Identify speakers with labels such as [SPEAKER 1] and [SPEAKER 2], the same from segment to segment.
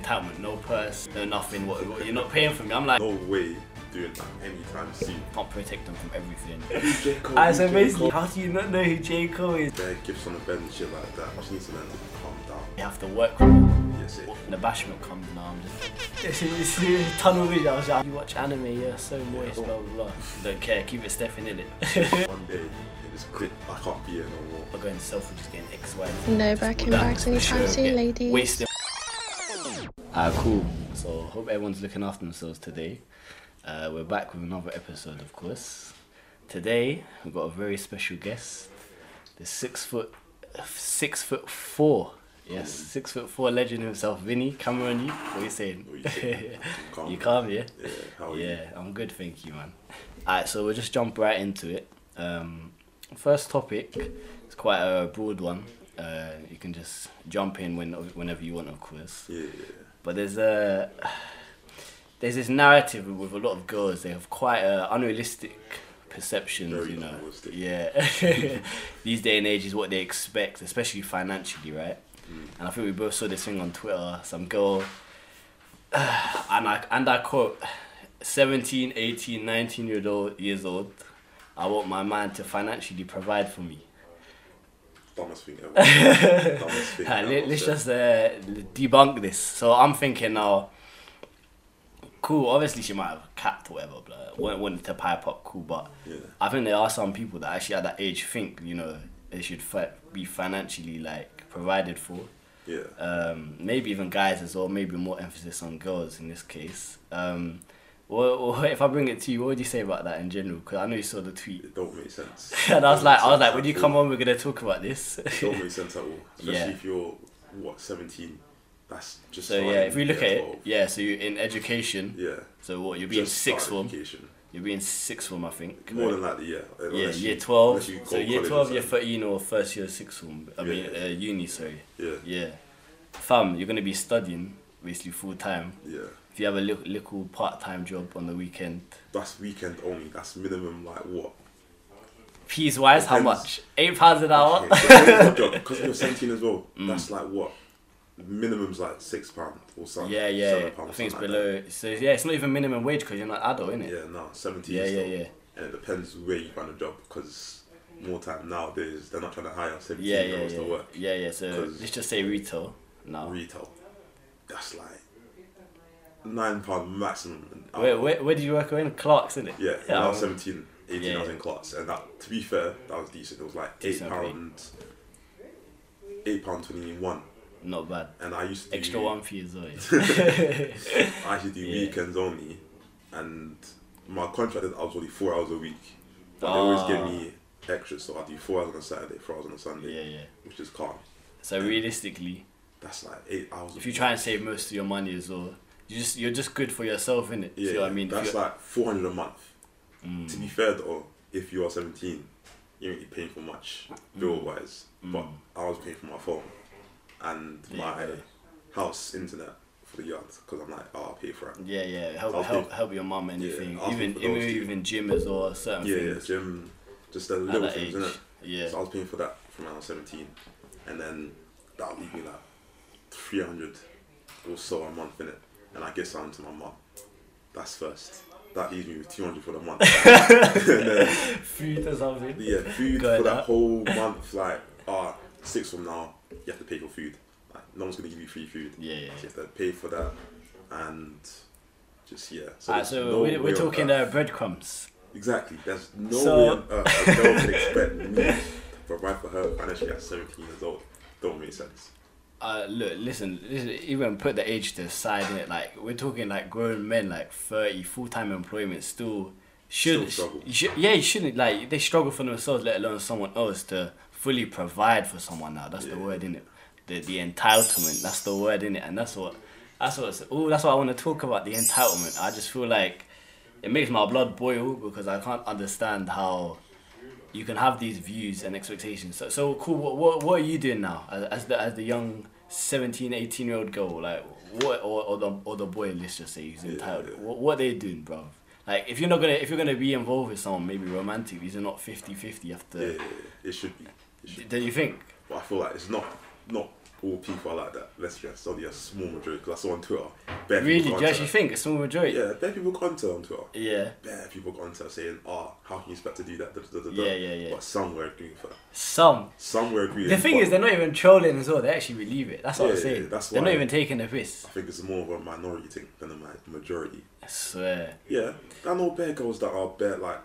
[SPEAKER 1] time with no purse, no nothing. What, what- you're not paying for me. I'm like,
[SPEAKER 2] No way doing that anytime soon.
[SPEAKER 1] can't protect them from everything.
[SPEAKER 2] J. Cole,
[SPEAKER 1] That's
[SPEAKER 2] J.
[SPEAKER 1] amazing.
[SPEAKER 2] Cole.
[SPEAKER 1] How do you not know who J Cole is?
[SPEAKER 2] Their gifts on the bed and shit like that. I just need to learn to calm down.
[SPEAKER 1] You have to work with them.
[SPEAKER 2] Yes, it.
[SPEAKER 1] When the bashment comes now, I'm just. It's, it's, it's tunnel vision. I was like, you watch anime, yeah, so moist, blah blah blah. Don't care, keep it stepping in it.
[SPEAKER 2] One day it just clicked. I can't be here no more.
[SPEAKER 1] We're going to Selfridge just getting X, Y, Z.
[SPEAKER 3] No back in
[SPEAKER 1] Well,
[SPEAKER 3] bags
[SPEAKER 1] that's for
[SPEAKER 3] anytime
[SPEAKER 1] sure. Yeah.
[SPEAKER 3] soon, ladies.
[SPEAKER 1] Wasted. Ah, cool. So hope everyone's looking after themselves today. Uh, we're back with another episode, of course. Today we've got a very special guest, the six foot, six foot four. Yes, six foot four legend himself, Vinny Cameron. You, what are you saying?
[SPEAKER 2] What you saying? Calm.
[SPEAKER 1] you calm, yeah.
[SPEAKER 2] Oh, Yeah, how are you?
[SPEAKER 1] Yeah, I'm good, thank you, man. Alright, so we'll just jump right into it. Um, first topic is quite a broad one. Uh, you can just jump in when, whenever you want, of course.
[SPEAKER 2] Yeah,
[SPEAKER 1] But there's a there's this narrative with a lot of girls. They have quite a unrealistic perceptions,
[SPEAKER 2] Very
[SPEAKER 1] you know.
[SPEAKER 2] unrealistic.
[SPEAKER 1] Yeah, these day and age is what they expect, especially financially, right?
[SPEAKER 2] Hmm.
[SPEAKER 1] And I think we both saw this thing on Twitter. Some girl, and I and I quote, 17, 18, 19 year old years old. I want my man to financially provide for me.
[SPEAKER 2] dumbest thing ever. dumbest thing.
[SPEAKER 1] Alright,
[SPEAKER 2] ever,
[SPEAKER 1] let, us
[SPEAKER 2] sir.
[SPEAKER 1] just uh, debunk this. So I'm thinking now, cool, obviously she might have capped or whatever, but wanted, wanted to pipe up, cool, but
[SPEAKER 2] Yeah.
[SPEAKER 1] I think there are some people that actually at that age think, you know, they should fi- be financially like provided for.
[SPEAKER 2] Yeah.
[SPEAKER 1] Um, maybe even guys as well, maybe more emphasis on girls in this case. Um, well, well, if I bring it to you, what would you say about that in general? Because I know you saw the tweet.
[SPEAKER 2] It don't make sense.
[SPEAKER 1] And I was
[SPEAKER 2] Don't
[SPEAKER 1] like,
[SPEAKER 2] make
[SPEAKER 1] I was
[SPEAKER 2] sense
[SPEAKER 1] like,
[SPEAKER 2] at
[SPEAKER 1] when you
[SPEAKER 2] all.
[SPEAKER 1] come on, we're gonna talk about this.
[SPEAKER 2] It don't make sense at all. Especially
[SPEAKER 1] Yeah.
[SPEAKER 2] if you're what seventeen. That's just
[SPEAKER 1] So yeah,
[SPEAKER 2] starting
[SPEAKER 1] if we look at
[SPEAKER 2] year
[SPEAKER 1] it,
[SPEAKER 2] 12.
[SPEAKER 1] yeah. So you in education.
[SPEAKER 2] yeah.
[SPEAKER 1] So what you're being
[SPEAKER 2] Just
[SPEAKER 1] sixth
[SPEAKER 2] starting
[SPEAKER 1] form.
[SPEAKER 2] education.
[SPEAKER 1] You're being sixth form, I think.
[SPEAKER 2] More than likely, yeah.
[SPEAKER 1] yeah,
[SPEAKER 2] Unless you-
[SPEAKER 1] year twelve.
[SPEAKER 2] unless you
[SPEAKER 1] So
[SPEAKER 2] go
[SPEAKER 1] year
[SPEAKER 2] college or
[SPEAKER 1] twelve, year
[SPEAKER 2] something.
[SPEAKER 1] thirteen, or first year sixth form. I
[SPEAKER 2] Yeah.
[SPEAKER 1] mean, uh, uni. Sorry.
[SPEAKER 2] Yeah,
[SPEAKER 1] Yeah, fam, you're gonna be studying basically full time.
[SPEAKER 2] yeah.
[SPEAKER 1] If you have a little, little part time job on the weekend,
[SPEAKER 2] That's weekend only. That's minimum like what?
[SPEAKER 1] fees wise, how
[SPEAKER 2] Depends.
[SPEAKER 1] much? Eight pounds an hour.
[SPEAKER 2] Because you're seventeen as well.
[SPEAKER 1] Mm.
[SPEAKER 2] That's like what? Minimum's like six pound or something.
[SPEAKER 1] yeah, yeah.
[SPEAKER 2] seven
[SPEAKER 1] yeah.
[SPEAKER 2] pound,
[SPEAKER 1] I think it's
[SPEAKER 2] something like
[SPEAKER 1] below. So yeah, it's not even minimum wage because you're not adult,
[SPEAKER 2] that.
[SPEAKER 1] innit?
[SPEAKER 2] Yeah, no, seventeen.
[SPEAKER 1] Yeah,
[SPEAKER 2] is
[SPEAKER 1] yeah,
[SPEAKER 2] still-
[SPEAKER 1] yeah.
[SPEAKER 2] And it depends where you find a job because more time nowadays they're not trying to hire seventeen
[SPEAKER 1] Yeah,
[SPEAKER 2] year
[SPEAKER 1] yeah,
[SPEAKER 2] olds
[SPEAKER 1] yeah.
[SPEAKER 2] to work.
[SPEAKER 1] Yeah, yeah. So
[SPEAKER 2] 'Cause-
[SPEAKER 1] let's just say retail. No.
[SPEAKER 2] Retail. That's like nine pound maximum. an hour.
[SPEAKER 1] Oh. Where, where, where did you work away in? Clark's, innit?
[SPEAKER 2] Yeah, when I was 17, 18,
[SPEAKER 1] Yeah,
[SPEAKER 2] I was
[SPEAKER 1] yeah.
[SPEAKER 2] in class, and that to be fair, that was decent. It was like eight
[SPEAKER 1] Decent pay.
[SPEAKER 2] pounds, eight pound twenty one,
[SPEAKER 1] Not bad.
[SPEAKER 2] and I used to do,
[SPEAKER 1] Extra one for you as well.
[SPEAKER 2] I used to do
[SPEAKER 1] Yeah.
[SPEAKER 2] weekends only, and my contract is I was only four hours a week, but they always give
[SPEAKER 1] Ah.
[SPEAKER 2] me extras, so I do four hours on a Saturday, four hours on a
[SPEAKER 1] Yeah,
[SPEAKER 2] Sunday,
[SPEAKER 1] yeah. yeah.
[SPEAKER 2] which is calm.
[SPEAKER 1] So realistically,
[SPEAKER 2] That's like eight hours.
[SPEAKER 1] if you try and save most of your money as well, you just you're just good for yourself, innit?
[SPEAKER 2] yeah,
[SPEAKER 1] See what I mean? If
[SPEAKER 2] that's
[SPEAKER 1] you're- Mm.
[SPEAKER 2] like four hundred a month. To be fair though, if you are seventeen, you ain't paying for much
[SPEAKER 1] Mm.
[SPEAKER 2] bill wise. But I was paying for my phone and my
[SPEAKER 1] Yeah.
[SPEAKER 2] house internet for the yard because I'm like, oh, I'll pay for it.
[SPEAKER 1] yeah, yeah. Help
[SPEAKER 2] I'll
[SPEAKER 1] help
[SPEAKER 2] pay-
[SPEAKER 1] help your mum anything.
[SPEAKER 2] I'll pay
[SPEAKER 1] even
[SPEAKER 2] for
[SPEAKER 1] even
[SPEAKER 2] those too.
[SPEAKER 1] even gym as well. Certain
[SPEAKER 2] Yeah, yeah,
[SPEAKER 1] things
[SPEAKER 2] gym, just the
[SPEAKER 1] at
[SPEAKER 2] little
[SPEAKER 1] that
[SPEAKER 2] things,
[SPEAKER 1] age.
[SPEAKER 2] innit?
[SPEAKER 1] Yeah.
[SPEAKER 2] So I was paying for that from when I was seventeen, and then that'll leave me like three hundred or so a month in it, and I give some to my mum. That's first. That leaves me with two hundred for the month. and then
[SPEAKER 1] Food or something.
[SPEAKER 2] Yeah, food
[SPEAKER 1] Going
[SPEAKER 2] for that
[SPEAKER 1] up.
[SPEAKER 2] whole month, like uh, six from now, you have to pay for food. Like, no one's gonna give you free food.
[SPEAKER 1] Yeah, yeah.
[SPEAKER 2] So you have to pay for that, and just yeah. So,
[SPEAKER 1] Alright,
[SPEAKER 2] there's
[SPEAKER 1] so
[SPEAKER 2] no
[SPEAKER 1] we're,
[SPEAKER 2] way
[SPEAKER 1] we're
[SPEAKER 2] on
[SPEAKER 1] talking
[SPEAKER 2] earth-
[SPEAKER 1] uh, breadcrumbs.
[SPEAKER 2] exactly. There's no
[SPEAKER 1] So-
[SPEAKER 2] way on earth a girl can expect me to provide for her financially at 17 years old. Don't make sense.
[SPEAKER 1] Uh, look, listen, listen, even put the age to the side in it. Like we're talking like grown men, like thirty, full time employment, still should,
[SPEAKER 2] Still struggle.
[SPEAKER 1] you should- yeah, you shouldn't like they struggle for themselves, let alone someone else to fully provide for someone. Now that's the
[SPEAKER 2] Yeah.
[SPEAKER 1] word in it, the the entitlement. That's the word in it, and that's what that's what oh that's what I want to talk about the entitlement. I just feel like it makes my blood boil because I can't understand how you can have these views and expectations. So, so cool. What, what, what are you doing now as, as the as the young 17, 18 year old girl? Like what or, or the or the boy? Let's just say he's entitled.
[SPEAKER 2] yeah.
[SPEAKER 1] What, what they doing, bro? Like if you're not gonna if you're gonna be involved with someone maybe romantically, these are not 50-50
[SPEAKER 2] Yeah,
[SPEAKER 1] after.
[SPEAKER 2] yeah, yeah. it should be. It should
[SPEAKER 1] Do you think?
[SPEAKER 2] But I feel like it's not not all people are like that. Let's be honest, only a small majority. Because I saw on Twitter, bare
[SPEAKER 1] Really?
[SPEAKER 2] people
[SPEAKER 1] Do you actually
[SPEAKER 2] contact.
[SPEAKER 1] think a small majority?
[SPEAKER 2] Yeah, bare people contact on Twitter.
[SPEAKER 1] Yeah.
[SPEAKER 2] Bare people contact saying, "Ah, how can you expect to do that?" Da, da, da, da, da.
[SPEAKER 1] Yeah, yeah, yeah.
[SPEAKER 2] But some were agreeing for that.
[SPEAKER 1] Some.
[SPEAKER 2] Some were agreeing.
[SPEAKER 1] The thing
[SPEAKER 2] but
[SPEAKER 1] is, they're not even trolling as well. They actually believe it. That's what
[SPEAKER 2] Yeah,
[SPEAKER 1] I'm
[SPEAKER 2] yeah,
[SPEAKER 1] saying.
[SPEAKER 2] yeah, that's
[SPEAKER 1] they're
[SPEAKER 2] why-
[SPEAKER 1] not even taking the piss.
[SPEAKER 2] I think it's more of a minority thing than a ma- majority.
[SPEAKER 1] I swear.
[SPEAKER 2] Yeah, I know bare girls that are bare like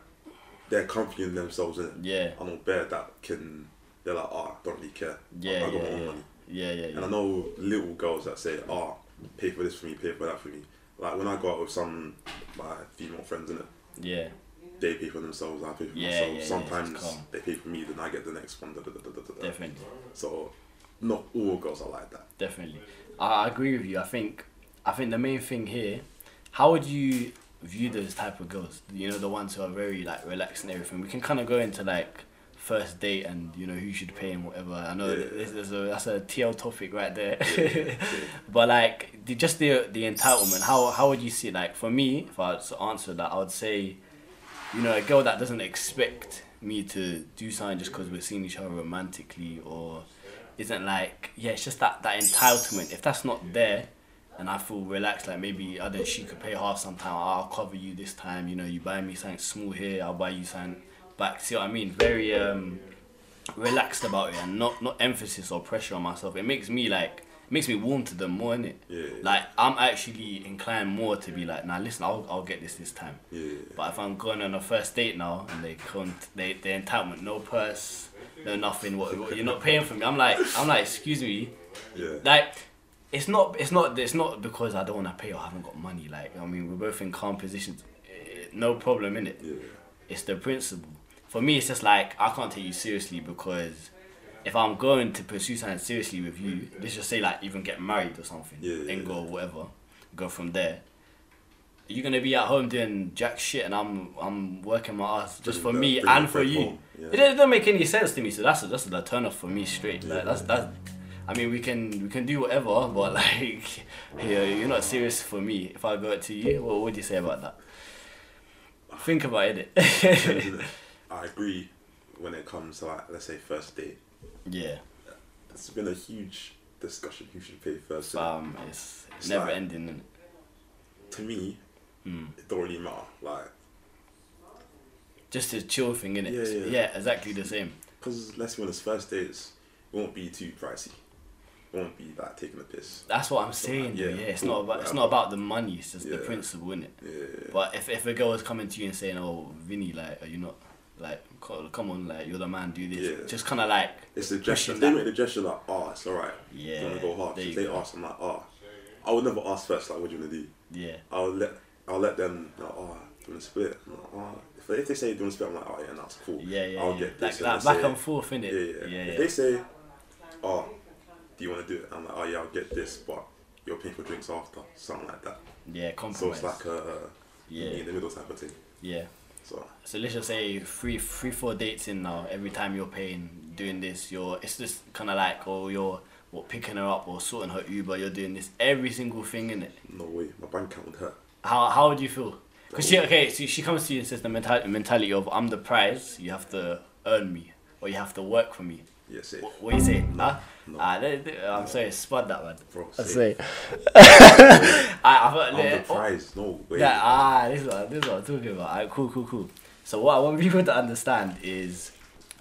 [SPEAKER 2] they're confident in themselves in it.
[SPEAKER 1] Yeah.
[SPEAKER 2] I know bare that can they're like, ah, don't really care. I,
[SPEAKER 1] Yeah,
[SPEAKER 2] I got
[SPEAKER 1] yeah,
[SPEAKER 2] my own
[SPEAKER 1] yeah.
[SPEAKER 2] money.
[SPEAKER 1] Yeah, yeah,
[SPEAKER 2] And I
[SPEAKER 1] yeah.
[SPEAKER 2] know little girls that say, ah, pay for this for me, pay for that for me. Like when I go out with some of my female friends in it,
[SPEAKER 1] Yeah.
[SPEAKER 2] they pay for themselves, I pay for
[SPEAKER 1] Yeah,
[SPEAKER 2] myself.
[SPEAKER 1] yeah, yeah, it's
[SPEAKER 2] Sometimes
[SPEAKER 1] calm.
[SPEAKER 2] they pay for me, then I get the next one. Da, da, da, da, da, da, da.
[SPEAKER 1] Definitely.
[SPEAKER 2] So not all girls are like that.
[SPEAKER 1] Definitely. I I agree with you. I think I think the main thing here, how would you view those type of girls? You know, the ones who are very like relaxed and everything. We can kind of go into like first date and you know who should pay and whatever. I know
[SPEAKER 2] Yeah.
[SPEAKER 1] this is a that's a TL topic right there.
[SPEAKER 2] Yeah.
[SPEAKER 1] But like the, just the the entitlement, how how would you see it? like for me, if I was to answer that, I would say, you know, a girl that doesn't expect me to do something just because we're seeing each other romantically or isn't like yeah, it's just that that entitlement. If that's not there, and I feel relaxed, like maybe other she could pay half sometime. I'll cover you this time. You know, you buy me something small here, I'll buy you something back. See what I mean? Very um relaxed about it and not not emphasis or pressure on myself. It makes me like it makes me warm to them more, innit?
[SPEAKER 2] Yeah.
[SPEAKER 1] Like I'm actually inclined more to be like, nah, listen, I'll I'll get this this time.
[SPEAKER 2] Yeah.
[SPEAKER 1] But if I'm going on a first date now and they come, they they entitlement, no purse, no nothing. What, what you're not paying for me? I'm like I'm like, excuse me,
[SPEAKER 2] Yeah.
[SPEAKER 1] like. It's not. It's not. It's not because I don't want to pay or I haven't got money. Like I mean, we're both in calm positions. Eh, No problem in it
[SPEAKER 2] yeah.
[SPEAKER 1] it's the principle. For me, it's just like I can't take you seriously because if I'm going to pursue something seriously with you, let's just say like even get married or something,
[SPEAKER 2] Yeah, yeah,
[SPEAKER 1] then go
[SPEAKER 2] yeah.
[SPEAKER 1] whatever, go from there. You're gonna be at home doing jack shit, and I'm I'm working my ass just for
[SPEAKER 2] Bring
[SPEAKER 1] me
[SPEAKER 2] the- bring
[SPEAKER 1] and
[SPEAKER 2] the
[SPEAKER 1] for
[SPEAKER 2] bread
[SPEAKER 1] you.
[SPEAKER 2] home, yeah.
[SPEAKER 1] It doesn't don't make any sense to me. So that's that's the turn off for me straight.
[SPEAKER 2] Yeah.
[SPEAKER 1] Like that's that's. I mean, we can we can do whatever, but like, yeah, you're not serious for me. If I go to you, what would you say about that? Think about it. innit?
[SPEAKER 2] I agree when it comes to like let's say first date.
[SPEAKER 1] yeah.
[SPEAKER 2] It's been a huge discussion who should pay first.
[SPEAKER 1] Um, it's,
[SPEAKER 2] It's
[SPEAKER 1] never
[SPEAKER 2] like-
[SPEAKER 1] ending. innit?
[SPEAKER 2] To me,
[SPEAKER 1] Hmm.
[SPEAKER 2] it don't really matter. Like,
[SPEAKER 1] Just a chill thing, innit?
[SPEAKER 2] Yeah,
[SPEAKER 1] Yeah,
[SPEAKER 2] yeah.
[SPEAKER 1] exactly the same.
[SPEAKER 2] cause let's be honest, first dates won't be too pricey. Won't be like taking a piss.
[SPEAKER 1] That's what I'm saying. Yeah,
[SPEAKER 2] Yeah.
[SPEAKER 1] yeah it's not
[SPEAKER 2] Cool,
[SPEAKER 1] about it's
[SPEAKER 2] whatever.
[SPEAKER 1] not about the money. It's just the
[SPEAKER 2] Yeah.
[SPEAKER 1] principle, innit?
[SPEAKER 2] Yeah.
[SPEAKER 1] But if if a girl is coming to you and saying, "Oh, Vinny, like, are you not like, co- come on, like, you're the man, do this,"
[SPEAKER 2] Yeah.
[SPEAKER 1] just kind of like,
[SPEAKER 2] It's the gesture.
[SPEAKER 1] Pushing
[SPEAKER 2] They
[SPEAKER 1] that.
[SPEAKER 2] make the gesture like, oh, it's alright.
[SPEAKER 1] Yeah,
[SPEAKER 2] Do you wanna go hard?
[SPEAKER 1] there
[SPEAKER 2] If
[SPEAKER 1] you
[SPEAKER 2] they
[SPEAKER 1] go.
[SPEAKER 2] ask, I'm like, oh. I would never ask first. Like, what do you wanna do?
[SPEAKER 1] yeah,
[SPEAKER 2] I'll let I'll let them. Like, oh, do you wanna split? I'm like, oh. If, if they say do you wanna split, I'm like, oh yeah, that's cool.
[SPEAKER 1] yeah, yeah,
[SPEAKER 2] I'll
[SPEAKER 1] yeah.
[SPEAKER 2] get
[SPEAKER 1] like
[SPEAKER 2] this.
[SPEAKER 1] that
[SPEAKER 2] let's
[SPEAKER 1] back
[SPEAKER 2] say-
[SPEAKER 1] and forth, innit?
[SPEAKER 2] Yeah, yeah.
[SPEAKER 1] yeah,
[SPEAKER 2] If
[SPEAKER 1] yeah.
[SPEAKER 2] they say, oh, do you want to do it? I'm like, oh yeah, I'll get this, but you're paying for drinks after, something like that.
[SPEAKER 1] yeah
[SPEAKER 2] So
[SPEAKER 1] compromise.
[SPEAKER 2] it's like a
[SPEAKER 1] Yeah.
[SPEAKER 2] me in the middle type of thing.
[SPEAKER 1] yeah.
[SPEAKER 2] So
[SPEAKER 1] So let's just say three, three, four dates in now. Every time you're paying, doing this, you're it's just kind of like, oh, you're what picking her up or sorting her Uber. You're doing this every single thing in it.
[SPEAKER 2] no way, my bank account would hurt.
[SPEAKER 1] How how would you feel? Because she okay, so she comes to you and says the mentality mentality of I'm the prize. You have to earn me or you have to work for me.
[SPEAKER 2] Yeah, safe.
[SPEAKER 1] What, what you saying?
[SPEAKER 2] No,
[SPEAKER 1] huh?
[SPEAKER 2] no.
[SPEAKER 1] Ah, th- th- I'm sorry, spud that one.
[SPEAKER 2] Bro,
[SPEAKER 1] I
[SPEAKER 2] safe.
[SPEAKER 1] say. I, I thought,
[SPEAKER 2] I'm the
[SPEAKER 1] oh,
[SPEAKER 2] prize. No way.
[SPEAKER 1] yeah, ah, this is what this is what I'm talking about. Alright, cool, cool, cool. So what I want people to understand is,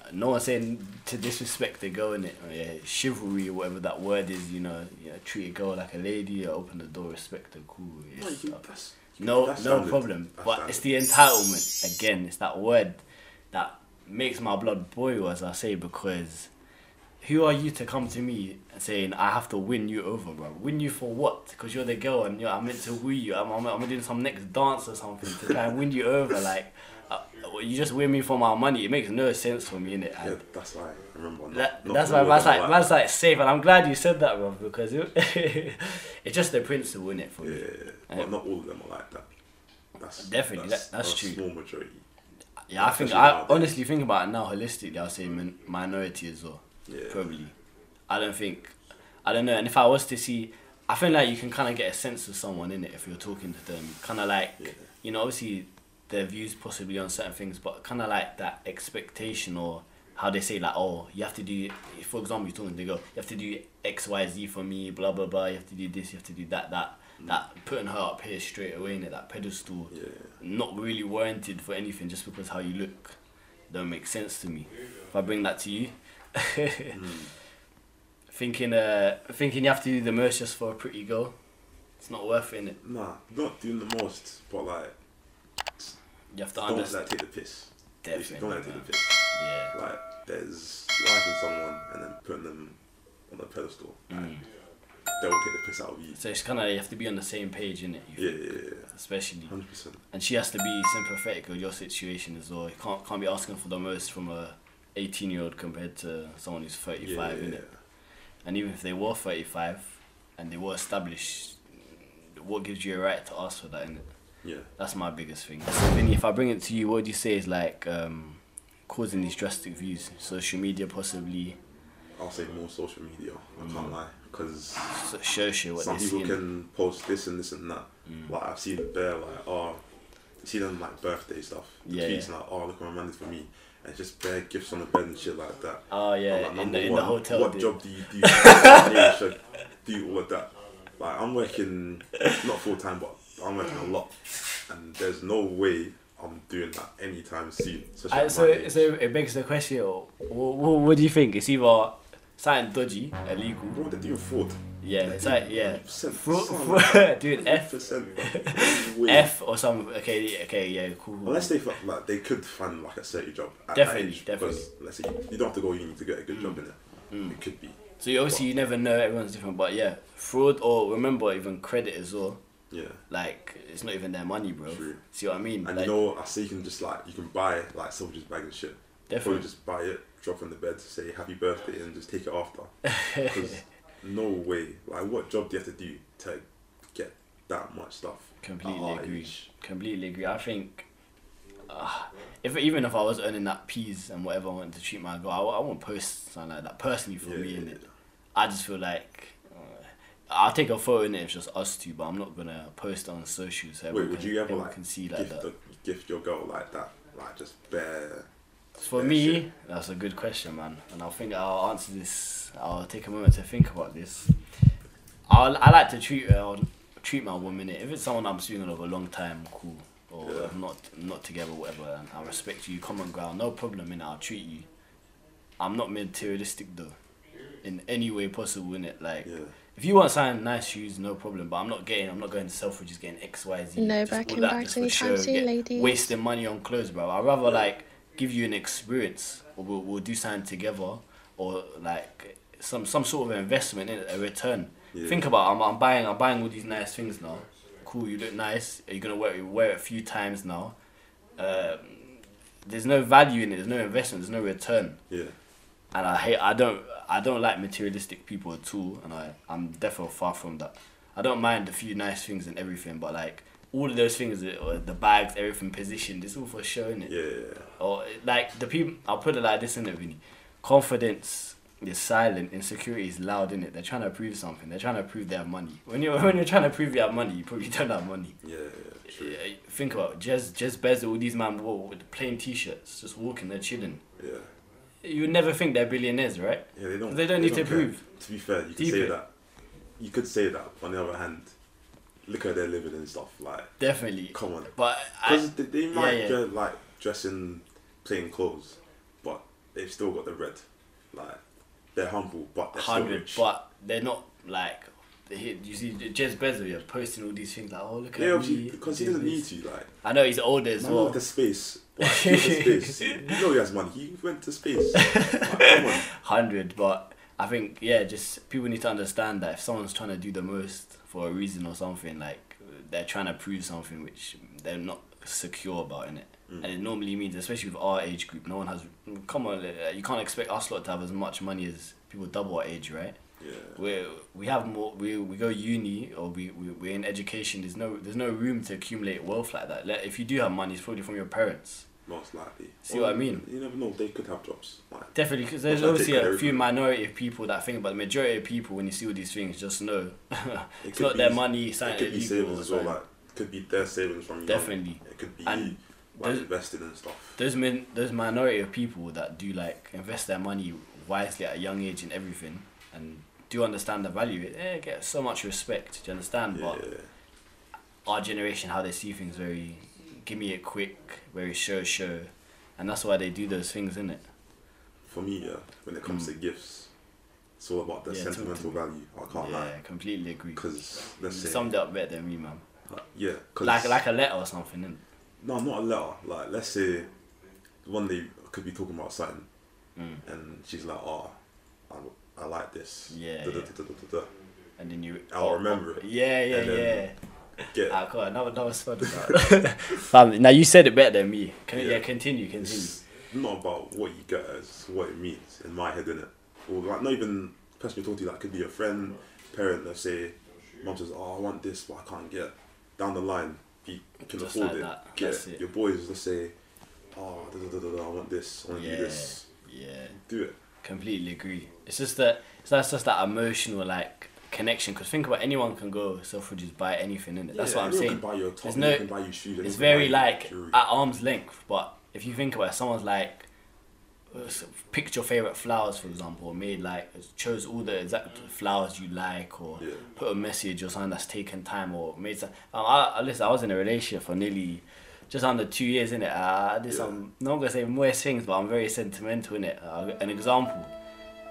[SPEAKER 1] uh, no one's saying to disrespect the girl in it. Yeah, chivalry, or whatever that word is. You know, you know, treat a girl like a lady, or open the door, respect her, cool. yeah,
[SPEAKER 2] No, you can-
[SPEAKER 1] stuff.
[SPEAKER 2] that's-
[SPEAKER 1] No,
[SPEAKER 2] that's
[SPEAKER 1] no
[SPEAKER 2] standard.
[SPEAKER 1] problem.
[SPEAKER 2] That's
[SPEAKER 1] But it's
[SPEAKER 2] standard.
[SPEAKER 1] the entitlement again. It's that word that makes my blood boil, as I say, because who are you to come to me saying I have to win you over, bro? Win you for what? Because you're the girl, and you're, I'm meant to woo you. I'm, I'm, I'm doing some next dance or something to try and win you over. Like, uh, you just win me for my money. It makes no sense for me, innit? And
[SPEAKER 2] Yeah, that's why. I remember. Not,
[SPEAKER 1] that,
[SPEAKER 2] not
[SPEAKER 1] that's
[SPEAKER 2] all
[SPEAKER 1] why
[SPEAKER 2] of
[SPEAKER 1] man's
[SPEAKER 2] them
[SPEAKER 1] like,
[SPEAKER 2] are
[SPEAKER 1] man's like safe, and I'm glad you said that, bro, because it, it's just the principle, innit, for
[SPEAKER 2] Yeah,
[SPEAKER 1] me.
[SPEAKER 2] but not all of them are like that. That's
[SPEAKER 1] Definitely, that- that's
[SPEAKER 2] a
[SPEAKER 1] true.
[SPEAKER 2] Small majority.
[SPEAKER 1] Yeah, I think
[SPEAKER 2] Especially
[SPEAKER 1] I
[SPEAKER 2] nowadays.
[SPEAKER 1] honestly think about it now holistically. I'll say min- minority as well.
[SPEAKER 2] Yeah.
[SPEAKER 1] Probably. I don't think. I don't know. And if I was to see, I feel like you can kind of get a sense of someone in it if you're talking to them. Kind of like
[SPEAKER 2] Yeah.
[SPEAKER 1] you know, obviously their views possibly on certain things, but kind of like that expectation or how they say like oh you have to do for example you're talking to the girl you have to do X Y Z for me blah blah blah you have to do this you have to do that that that putting her up here straight away in that pedestal
[SPEAKER 2] Yeah.
[SPEAKER 1] not really warranted for anything just because how you look don't make sense to me if I bring that to you thinking uh thinking you have to do the most just for a pretty girl it's not worth it innit?
[SPEAKER 2] Nah, not doing the most, but like
[SPEAKER 1] you have to
[SPEAKER 2] don't let
[SPEAKER 1] understand
[SPEAKER 2] that take the piss.
[SPEAKER 1] definitely
[SPEAKER 2] don't let that
[SPEAKER 1] man.
[SPEAKER 2] take the piss.
[SPEAKER 1] yeah
[SPEAKER 2] Like there's liking someone and then putting them on the pedestal. Like, They will take the piss out of you.
[SPEAKER 1] so it's kind of you have to be on the same page in it
[SPEAKER 2] Yeah, yeah, yeah.
[SPEAKER 1] especially
[SPEAKER 2] Hundred percent.
[SPEAKER 1] and she has to be sympathetic with your situation as well. You can't can't be asking for the most from a eighteen year old compared to someone who's thirty
[SPEAKER 2] Yeah,
[SPEAKER 1] five,
[SPEAKER 2] yeah, yeah.
[SPEAKER 1] innit? And even if they were thirty five and they were established, what gives you a right to ask for that, innit?
[SPEAKER 2] Yeah.
[SPEAKER 1] That's my biggest thing. So Vinny, if I bring it to you, what do you say is like um, causing these drastic views? Social media possibly
[SPEAKER 2] I'll say more social media. I
[SPEAKER 1] Mm.
[SPEAKER 2] can't lie, because
[SPEAKER 1] so- show shit what
[SPEAKER 2] some
[SPEAKER 1] they Mm.
[SPEAKER 2] people
[SPEAKER 1] see. innit?
[SPEAKER 2] can post this and this and that. Like I've seen bare like oh, see them like birthday stuff. The
[SPEAKER 1] Yeah,
[SPEAKER 2] tweets
[SPEAKER 1] yeah.
[SPEAKER 2] like oh look what my man did for me, and just bare gifts on the bed and shit like that.
[SPEAKER 1] Oh
[SPEAKER 2] I'm
[SPEAKER 1] yeah,
[SPEAKER 2] like,
[SPEAKER 1] in
[SPEAKER 2] number
[SPEAKER 1] the in
[SPEAKER 2] one,
[SPEAKER 1] the hotel.
[SPEAKER 2] What
[SPEAKER 1] dude.
[SPEAKER 2] job do you do? yeah, you should do all of that. Like I'm working not full time, but I'm working a lot, and there's no way I'm doing that anytime soon. especially
[SPEAKER 1] I,
[SPEAKER 2] at my
[SPEAKER 1] so,
[SPEAKER 2] age.
[SPEAKER 1] so it begs the question: what, what do you think? It's either something dodgy, illegal.
[SPEAKER 2] Bro, they're doing fraud.
[SPEAKER 1] Yeah, it's like yeah,
[SPEAKER 2] Percent,
[SPEAKER 1] Fro-
[SPEAKER 2] son,
[SPEAKER 1] fro-
[SPEAKER 2] like,
[SPEAKER 1] dude, F-
[SPEAKER 2] 100%, like, there's no way.
[SPEAKER 1] F or some. Okay, okay, yeah, cool.
[SPEAKER 2] Unless they fi- like they could find like a certain job. At
[SPEAKER 1] Definitely, Mm.
[SPEAKER 2] that age, Because let's say you don't have to go uni to get a good job in it. It could be.
[SPEAKER 1] so you obviously you never know. Everyone's different, but yeah, fraud or remember even credit as well.
[SPEAKER 2] Yeah.
[SPEAKER 1] Like it's not even their money, bro.
[SPEAKER 2] True.
[SPEAKER 1] See what I mean?
[SPEAKER 2] And
[SPEAKER 1] like,
[SPEAKER 2] you know, I see you can just like you can buy like soldier's bag and shit.
[SPEAKER 1] Definitely.
[SPEAKER 2] Probably just buy it, drop on the bed, say happy birthday, and just take it after. Because no way, like what job do you have to do to get that much stuff? at
[SPEAKER 1] completely
[SPEAKER 2] our
[SPEAKER 1] agree.
[SPEAKER 2] age?
[SPEAKER 1] Completely agree. I think. ah, if even if I was earning that peas and whatever I wanted to treat my girl, I, I won't post something like that personally for
[SPEAKER 2] Yeah,
[SPEAKER 1] me.
[SPEAKER 2] yeah,
[SPEAKER 1] innit?
[SPEAKER 2] yeah.
[SPEAKER 1] I just feel like uh, I'll take a photo in it if it's just us two, but I'm not gonna post it on socials. So
[SPEAKER 2] Wait,
[SPEAKER 1] everyone
[SPEAKER 2] would
[SPEAKER 1] can-
[SPEAKER 2] you ever
[SPEAKER 1] everyone
[SPEAKER 2] like
[SPEAKER 1] can see like
[SPEAKER 2] gift,
[SPEAKER 1] that?
[SPEAKER 2] the, gift your girl like that? Like just bare.
[SPEAKER 1] For
[SPEAKER 2] Yeah,
[SPEAKER 1] me,
[SPEAKER 2] shit.
[SPEAKER 1] that's a good question, man. And I think I'll answer this. I'll take a moment to think about this. I I like to treat I'll treat my woman. If it's someone I'm seeing over a long time, cool. Or
[SPEAKER 2] Yeah.
[SPEAKER 1] I'm not not together, whatever. And I respect you, common ground, no problem. In I'll treat you. I'm not materialistic though, in any way possible. In it, like
[SPEAKER 2] Yeah.
[SPEAKER 1] if you want something nice shoes, no problem. But I'm not getting. I'm not going to Selfridges getting X Y Z.
[SPEAKER 3] No
[SPEAKER 1] just all
[SPEAKER 3] Birkin
[SPEAKER 1] that just
[SPEAKER 3] bags
[SPEAKER 1] for show,
[SPEAKER 3] anytime soon,
[SPEAKER 1] get-
[SPEAKER 3] ladies.
[SPEAKER 1] Wasting money on clothes, bro. I'd rather like give you an experience, or we'll, we'll do something together, or like some some sort of investment in a return.
[SPEAKER 2] Yeah.
[SPEAKER 1] Think about. It. I'm I'm buying I'm buying all these nice things now. Cool, you look nice. You're gonna wear it, wear it a few times now. Um there's no value in it. There's no investment. There's no return
[SPEAKER 2] Yeah.
[SPEAKER 1] and I hate I don't I don't like materialistic people at all and I, I'm definitely far from that. I don't mind a few nice things and everything, but like all of those things, uh, the bags, everything positioned, it's all for showing it.
[SPEAKER 2] Yeah. yeah.
[SPEAKER 1] Or like the people, I'll put it like this in it, Vinny. Confidence is silent, insecurity is loud in it. They're trying to prove something. They're trying to prove they have money. When you're when you're trying to prove you have money, you probably don't have money.
[SPEAKER 2] Yeah. yeah, True.
[SPEAKER 1] Yeah, Think about it. Jez Jez Bez, all these man wore with plain t-shirts, just walking, they're chilling.
[SPEAKER 2] Yeah.
[SPEAKER 1] You would never think they're billionaires, right?
[SPEAKER 2] Yeah, they don't.
[SPEAKER 1] They don't need to
[SPEAKER 2] care.
[SPEAKER 1] prove.
[SPEAKER 2] To be fair, you could
[SPEAKER 1] Deep
[SPEAKER 2] say
[SPEAKER 1] it.
[SPEAKER 2] that. You could say that. On the other hand, look at their living and stuff. Like,
[SPEAKER 1] Definitely.
[SPEAKER 2] come on.
[SPEAKER 1] But I,
[SPEAKER 2] Because they, they might
[SPEAKER 1] yeah.
[SPEAKER 2] Just, like dress in plain clothes, but they've still got the red. Like, they're humble, but they're still
[SPEAKER 1] hundred,
[SPEAKER 2] rich.
[SPEAKER 1] but they're not like. He, you see, Jez Bezos yeah, posting all these things like, "Oh look
[SPEAKER 2] yeah,
[SPEAKER 1] at me."
[SPEAKER 2] obviously, because he
[SPEAKER 1] do
[SPEAKER 2] doesn't need
[SPEAKER 1] this."
[SPEAKER 2] to. Like,
[SPEAKER 1] I know he's older as
[SPEAKER 2] man went
[SPEAKER 1] well.
[SPEAKER 2] to space. Like, he went to space. You know he has money. He went to space. Like, come on.
[SPEAKER 1] Hundred, but I think yeah, just people need to understand that if someone's trying to do the most for a reason or something, like they're trying to prove something which they're not secure about in it.
[SPEAKER 2] Mm.
[SPEAKER 1] And it normally means, especially with our age group, no one has. Come on, uh, you can't expect us lot to have as much money as people double our age, right?
[SPEAKER 2] Yeah.
[SPEAKER 1] we we have more we, we go uni or we, we we're in education there's no there's no room to accumulate wealth like that like, if you do have money it's probably from your parents
[SPEAKER 2] Most likely.
[SPEAKER 1] See what I mean?
[SPEAKER 2] You never know. They could have jobs. Like,
[SPEAKER 1] definitely because there's
[SPEAKER 2] Well, I
[SPEAKER 1] obviously
[SPEAKER 2] think
[SPEAKER 1] a few
[SPEAKER 2] everybody-
[SPEAKER 1] minority of people that think about the majority of people when you see all these things just know it's
[SPEAKER 2] could
[SPEAKER 1] not
[SPEAKER 2] be-
[SPEAKER 1] their money it's
[SPEAKER 2] It
[SPEAKER 1] something
[SPEAKER 2] could be
[SPEAKER 1] illegal
[SPEAKER 2] savings
[SPEAKER 1] or
[SPEAKER 2] as well.
[SPEAKER 1] something.
[SPEAKER 2] Like, could be their savings from young.
[SPEAKER 1] Definitely.
[SPEAKER 2] It could be
[SPEAKER 1] And-
[SPEAKER 2] By
[SPEAKER 1] Does-
[SPEAKER 2] investing and stuff.
[SPEAKER 1] There's min- there's minority of people that do like invest their money wisely at a young age in everything and do understand the value. It eh, gets so much respect. Do you understand?
[SPEAKER 2] Yeah,
[SPEAKER 1] But our generation how they see things very give me it quick very show show and that's why they do those things in it
[SPEAKER 2] for me, yeah, when it comes to gifts, it's all about the
[SPEAKER 1] Mm. Yeah, talk to
[SPEAKER 2] sentimental value. I can't
[SPEAKER 1] yeah
[SPEAKER 2] lie.
[SPEAKER 1] completely agree
[SPEAKER 2] Because
[SPEAKER 1] you
[SPEAKER 2] let's say,
[SPEAKER 1] summed it up better than me man
[SPEAKER 2] like, yeah, 'cause-
[SPEAKER 1] like like a letter or something innit?
[SPEAKER 2] no, not a letter. Like let's say, one day I could be talking about something,
[SPEAKER 1] Mm.
[SPEAKER 2] and she's like, oh, I, I like this.
[SPEAKER 1] Yeah,
[SPEAKER 2] Da, da,
[SPEAKER 1] yeah.
[SPEAKER 2] da, da, da, da.
[SPEAKER 1] and then you
[SPEAKER 2] I'll remember it.
[SPEAKER 1] yeah yeah
[SPEAKER 2] And
[SPEAKER 1] yeah
[SPEAKER 2] then- Get
[SPEAKER 1] Ah, cool. Another, another spot. Fam, now you said it better than me. Can, yeah.
[SPEAKER 2] Yeah.
[SPEAKER 1] continue, continue.
[SPEAKER 2] It's not about what you get, it's what it means in my head, innit? Or like not even the person you talk to, that could be your friend, parent, let's say, mum says, Oh, I want this but I can't get it." down the line, you can
[SPEAKER 1] Just
[SPEAKER 2] afford
[SPEAKER 1] like
[SPEAKER 2] it.
[SPEAKER 1] that,
[SPEAKER 2] Get
[SPEAKER 1] that's
[SPEAKER 2] it.
[SPEAKER 1] it.
[SPEAKER 2] Your boys let's say, Oh da, da, da, da, da, I want this, I wanna
[SPEAKER 1] Yeah.
[SPEAKER 2] do this.
[SPEAKER 1] Yeah,
[SPEAKER 2] Do it.
[SPEAKER 1] completely agree. It's just that it's that's just that emotional like connection. Cause think about anyone can go Selfridges buy anything in it. That's
[SPEAKER 2] Yeah,
[SPEAKER 1] what I'm
[SPEAKER 2] anyone
[SPEAKER 1] saying.
[SPEAKER 2] Can buy you a top,
[SPEAKER 1] There's
[SPEAKER 2] anyone
[SPEAKER 1] no-
[SPEAKER 2] can buy you shoes, anyone
[SPEAKER 1] It's
[SPEAKER 2] can buy
[SPEAKER 1] very
[SPEAKER 2] you
[SPEAKER 1] like
[SPEAKER 2] jewelry.
[SPEAKER 1] at arm's length, but if you think about it, someone's like uh, so- picked your favorite flowers, for example, or made like chose all the exact flowers you like, or
[SPEAKER 2] Yeah.
[SPEAKER 1] put a message or something that's taken time, or made some. Um, I, I- listen, I was in a relationship for nearly just under two years in it. I did
[SPEAKER 2] Yeah.
[SPEAKER 1] some not gonna say moist things, but I'm very sentimental in it. Uh, an example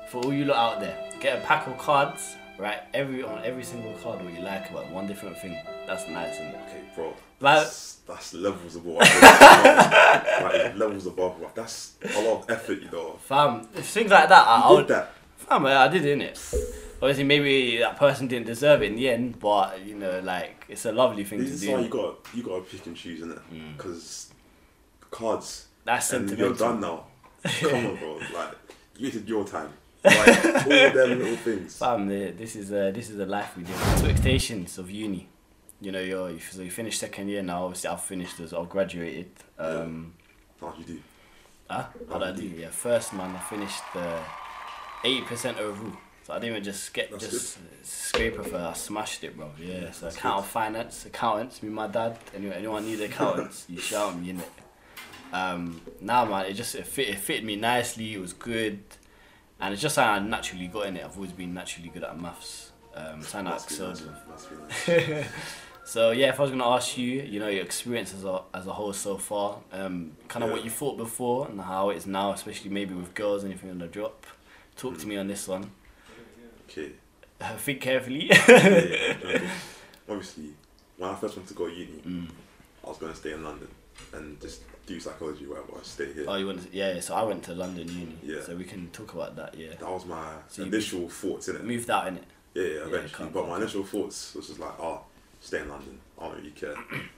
[SPEAKER 1] for all you lot out there, get a pack of cards. Right, every on every single card, what you like about one different thing. That's nice, isn't it?
[SPEAKER 2] Okay, bro.
[SPEAKER 1] Like-
[SPEAKER 2] that's, that's levels above. like, levels above. bro. That's a lot of effort, you know.
[SPEAKER 1] Fam, if things like that, I, I
[SPEAKER 2] I
[SPEAKER 1] would.
[SPEAKER 2] did that.
[SPEAKER 1] Fam, I did in it. Obviously, maybe that person didn't deserve it in the end, but you know, like it's a lovely thing
[SPEAKER 2] This
[SPEAKER 1] to
[SPEAKER 2] is why
[SPEAKER 1] do. Mm.
[SPEAKER 2] you got you got to pick and choose, innit? Because cards.
[SPEAKER 1] That's
[SPEAKER 2] and
[SPEAKER 1] sentimental.
[SPEAKER 2] You're done now. Come on, bro. Like you did your time. Like all them little things.
[SPEAKER 1] Fam, the- this is a this is a life we live. Expectations of uni. You know, you're so you finished second year now. Obviously, I've finished as I've graduated. Um,
[SPEAKER 2] How you do?
[SPEAKER 1] Huh? How did Ah, I do? Yeah, first man, I finished the eighty percent overall. So I didn't even just get
[SPEAKER 2] That's
[SPEAKER 1] just scraper for. I smashed it, bro. Yeah. so
[SPEAKER 2] that's
[SPEAKER 1] account
[SPEAKER 2] good.
[SPEAKER 1] finance, accountants. Me, and my dad. Anyone, anyone need accountants? you shout me in it. Um, now, man, it just it fit it fit me nicely. It was good, and it's just how I naturally got in it. I've always been naturally good at maths. Um, something I
[SPEAKER 2] That's
[SPEAKER 1] excelled
[SPEAKER 2] good,
[SPEAKER 1] in.
[SPEAKER 2] that's good, that's good, that's good.
[SPEAKER 1] So yeah, if I was gonna ask you, you know, your experience as a as a whole so far, um, kind of
[SPEAKER 2] Yeah.
[SPEAKER 1] what you thought before and how it is now, especially maybe with girls, anything on the drop. Talk
[SPEAKER 2] Mm.
[SPEAKER 1] to me on this one.
[SPEAKER 2] Okay.
[SPEAKER 1] Think carefully.
[SPEAKER 2] Yeah, yeah, yeah, okay. Obviously, when I first went to go uni,
[SPEAKER 1] Mm.
[SPEAKER 2] I was gonna stay in London and just do psychology, whatever. Stay here.
[SPEAKER 1] oh, you went? To, yeah, yeah, So I went to London Uni.
[SPEAKER 2] Yeah.
[SPEAKER 1] So we can talk about that. Yeah.
[SPEAKER 2] that was my
[SPEAKER 1] So you-
[SPEAKER 2] initial thoughts in it.
[SPEAKER 1] Moved out in it.
[SPEAKER 2] Yeah, yeah, eventually.
[SPEAKER 1] can't-
[SPEAKER 2] but my initial thoughts was just like, oh, stay in London. I don't really care.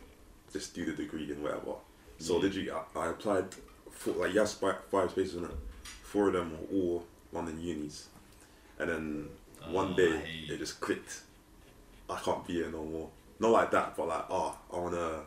[SPEAKER 2] just do the degree and whatever. So
[SPEAKER 1] Yeah.
[SPEAKER 2] did you? I, I applied for like yes, five, five spaces in it. Four of them were all London unis, and then one
[SPEAKER 1] Oh,
[SPEAKER 2] day
[SPEAKER 1] hey.
[SPEAKER 2] it just clicked. I can't be here no more. Not like that, but like, oh, I wanna